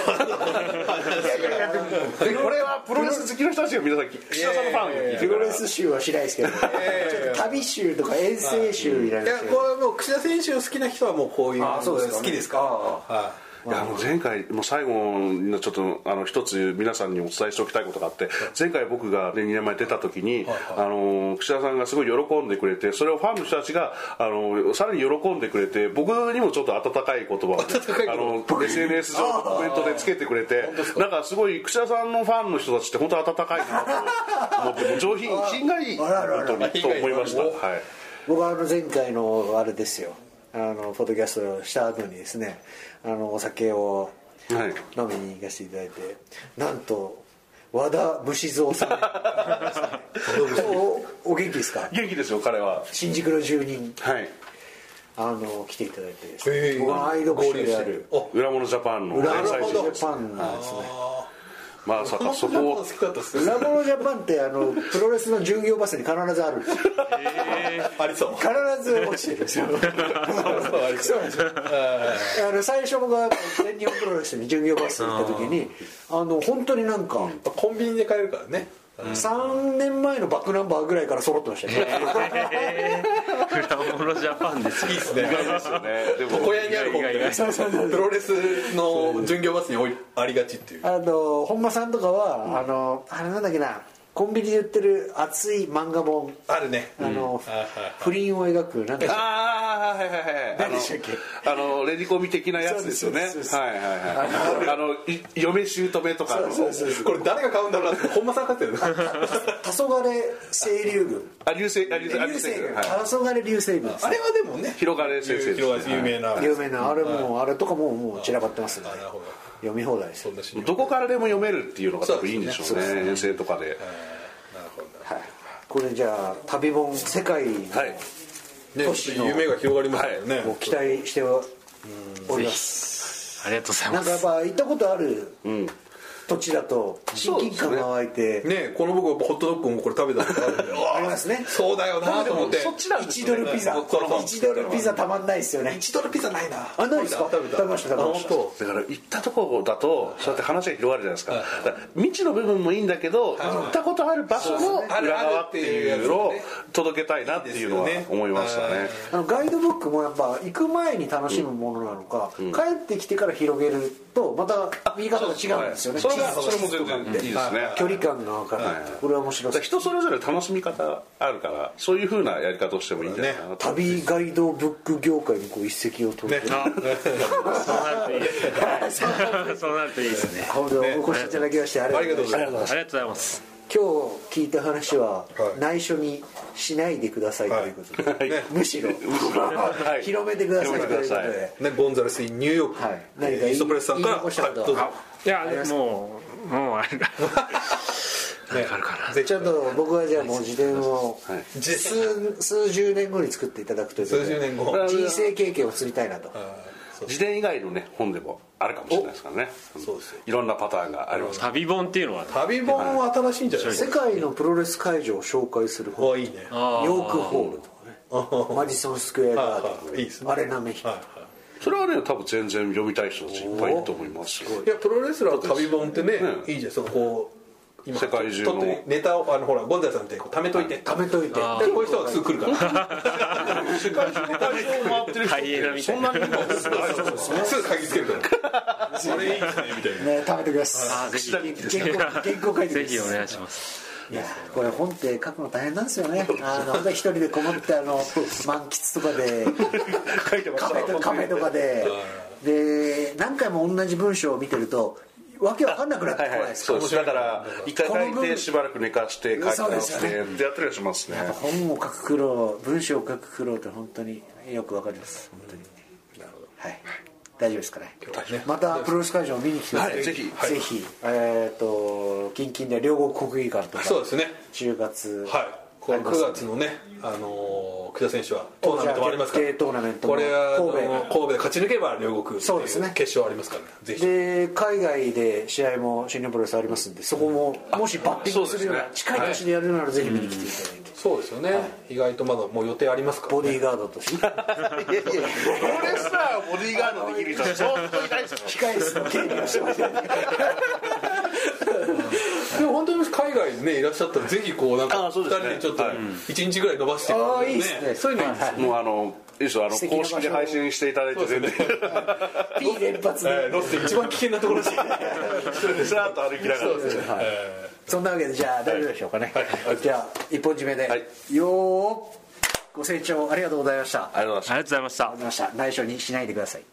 D: でこれはプロレス好きの人たちが皆さん岸田さんのファンが聞いて
B: プ
D: るか
B: ロ
D: ら
B: レス集はしないですけどちょっと旅集とか遠征集いら
C: い
B: な
C: や
B: い
C: これはもう櫛田選手を好きな人はもうこういう
B: あそうですか
C: 好きですかはい
D: やあの前回もう最後のちょっとあの一つ皆さんにお伝えしておきたいことがあって前回僕が、ね、2年前出た時にあの櫛田さんがすごい喜んでくれてそれをファンの人たちがあのさらに喜んでくいて僕にもちょっと温かい言葉をね
C: かい言
D: あの SNS 上のコメントでつけてくれてなんかすごい櫛田さんのファンの人たちって本当温かいなと思ってもう上品品がいい
B: あららら
D: 本当にと思いました。
C: 品が
D: はい
B: 僕はあの前回のあれですよあのポッドキャストした後にですねあのお酒を
D: はい
B: 飲みに行かせていただいてなんと和田虫蔵さんおお元気ですか
D: 元気ですよ彼は
B: 新宿の住人
D: はい
B: あの来ていただいてですね、
C: へえ
B: 僕のアイドル
C: 合流
B: で
C: し
B: あ
C: て
B: る
C: あ
D: 裏物ジャパンの
B: 裏
D: 連載
B: 物
D: 誌
B: ジャ
D: です
B: パンなんですね
D: まさかそこ
C: 好
D: を
C: きだったっすね
B: 裏物ジャパンってあのプロレスの巡業バスに必ずあるんですよ
C: ありそう
B: 必ず落ちてるんですよ
C: ありそう
B: あの最初僕が全日本プロレスに巡業バスに行った時にあの本当になんか
C: コンビニで買えるからね
B: 3年前のバックナンバーぐらいから揃ってましたね
A: 裏物ジャパンです
C: いいですね
D: ですよねでも
C: 床屋にある本
A: 意外意外
C: プロレスの巡業バスに多いありがちっていう
B: あの本間さんとかは、あのあれなんだっけなコンビニで売ってる熱い漫画本
C: あるね
B: あの、
C: はいはい
B: 不倫を描くなん だっけ
D: ああはいはいはい
B: 何でしたっ
D: けあのレディコミ的なやつですよねはい
B: そうですそうで
D: は
B: す
D: いはいあのい嫁姑とかの
B: そうそうそう
C: これ誰が買うんだろうなって本間さん買ってる
B: 黄昏清流軍
D: あ流星あ流星あ流
B: 流
D: 星
B: 星
D: 群
B: 群
D: はい
B: 黄昏流星群です
C: あれはでもね
D: 広がれ先生ですね
C: 広がれ有名な
B: 有名なあれも、あれとかももう散らばってますんで
C: あなるほど
B: 読み放題です
C: そんなシーン
D: どこからでも読めるっていうのが多分いいんでしょうね遠征とかで
C: なるほど
B: はいこれじゃあ旅本世界の
D: はい
C: ね
B: 都市の
C: 夢が広がりますよね、
B: を期待しております
A: ありがとうござい
B: な
A: ま
B: んかやっ
A: す
B: ぱ行ったことある土地だと親近感が湧いて、
C: ねこの僕ホットドッグもこれ食べたことあるんで
B: ありますね
C: そうだよなと思って
D: そっちなんです
B: 1
D: ね
B: ドルピザ
C: そうそうそう
B: 1ドルピザたまんないですよね
C: 1ドルピザないな
B: あないですか
C: 食べた
B: 食べました食べました
C: あ本
D: だから行ったところだとそうやって話が広がるじゃないですかだから未知の部分もいいんだけど行ったことある場所の裏側っていうのを届けたいなっていうのは思いましたね
B: あのガイドブックもやっぱ行く前に楽しむものなのか、帰ってきてから広げるとまた見え方が違うんですよね
D: それが
B: 地図
D: それも全然いいですね
B: 距離感が分かるって、これは面白
D: だか
B: そ
D: ら
B: う
D: 人それぞれ楽しみ方があるからそういうふうなやり方をしてもいいんじゃないかなと、
B: 旅ガイドブック業界にこう一石を投じて、
A: あそうなるといいですねそうなるといいですね
B: 本当にお越しいただきましてあり
C: 当
B: が
C: あ
B: と
C: り
B: う
C: が
B: ござ
C: とう
B: い
C: ご
B: ま
C: ざいます
A: ありがとうございます
B: す今日聞いた話は
C: はい
B: 内緒にしないでくださいということで、
D: はい
C: ね
B: むしろ、
D: はい
B: 広めてくださいと
D: 広
B: い
D: め
B: う
D: てく
B: こと
D: ださい
B: で。
C: ねゴンザレスインニューヨーク、
B: はい何か言い
C: イーストプレスさんから
B: 言い残したこと
C: はいどうぞ
B: あ
A: いやもうもうあれだ
C: ね
A: かるかな
C: ぜひ
B: ちょっと僕はじゃあもう自伝を
D: はい
B: 数数十年後に作っていただくということ
C: 数十年後
B: で人生経験を釣りたいなと
C: あー
D: 自伝以外のね本でもあるかもしれないですからね
C: そうですよ
D: いろんなパターンがありますから
A: 旅本っていうのは
C: 旅本は新しいんじゃないです
B: 世
C: か
B: 界のプロレス会場を紹介する
C: あ
B: 本
C: いいね
A: あ
C: は
A: ー
B: ヨー クホールとかねマディソンスクエアガーデンと
C: はいはいいいです
B: か、
C: ね
B: アレナメヒカ、
C: いは
D: それはね多分全然読みたい人たちいっぱいいると思いますよ
C: いいやプロレスラーの旅本ってね
D: う
C: いいじゃんそのこう今
D: 世界中の
C: ちょっとネタをあのほらゴンザイさんみたいにこう貯めといて
B: 貯めといて
C: でこういう人がすぐ来る から
D: 世界中の会場を回ってる人
A: ハイエナ
D: って
A: みた
D: そ
A: い
D: ん
A: な
D: なにいるのそう
C: すぐ鍵つけるからそれいいですねみたいな
B: ね、貯めてくださ
A: あ
B: い
A: ーぜひ
D: 下に来て
B: 原稿原稿書いてくださ
A: ぜ
B: い
A: ひお願いします
B: いやこれ本って書くの大変なんですよねあの本当に一人でこもってあの満喫とかで
D: 書いてま
B: カ
D: し
B: フェと
D: た
B: カフェとかでで何回も同じ文章を見てるとわけわかんなくなって
D: は
B: こ
D: い
B: ない
D: は
B: で
D: い、
B: すか
D: そうですだから一回書い
B: この
D: て
B: 分
D: しばらく寝かして書いて
B: そう
D: 直
B: です
D: し
B: よ
D: て
B: ね
D: でやってるやしますね
B: 本を書く苦労文章を書く苦労って本当によくわかります本当にはい大丈夫ですかね
C: 日はね
B: またプロレス会場を見に来てください、
D: はいぜ
B: ぜ
D: ひ
B: ひ、
D: はい
B: えっ、と近々で両国国技館とか
C: そうですね
B: 10月
C: はいこ
B: あ
C: れ
B: ります
C: 9月のね、あのー、久田選手はトーナメントもありますから
B: じゃあ決定トーナメントも
C: これはあの
B: 神戸
C: 神戸で勝ち抜けば両国
B: そうですね
C: 決勝ありますからねぜひ
B: で海外で試合も新日本プロレスありますんでそこももしバッティングするような
D: そうです
B: 近い年でやるならぜひ見に来ていただいて
C: そうですよね、意外とまだもう予定ありますから、
B: ボ
C: ね、
B: ディーガードとして
D: いやいやプロレスラーをボディーガードできる人は相当いないですよ
B: 控え室の権利をしてましたね
C: でも本当に海外にねいらっしゃったらぜひこうなんか
D: あ
C: 2
D: そうです
C: 人
D: ね
C: でちょっと
D: はい
C: 1日ぐらい伸ばし て
B: ああいいですね
C: そういうのいいですね
D: もうあのいいですよあの
B: 素敵な
D: 公
B: 場所
D: 式で配信していただいて全然
B: P 連発
C: えー
B: で
C: ロスで一番危険なところですよね
D: スラーと歩きながらですね
B: そんなわけでじゃあ大丈夫でしょうかね
C: はい
B: じゃあ一本締めで
D: はい
B: よーご清聴ありがとうございましたありがとう
D: ありがとうございました
A: ありがとうございました
B: ございました内緒にしないでください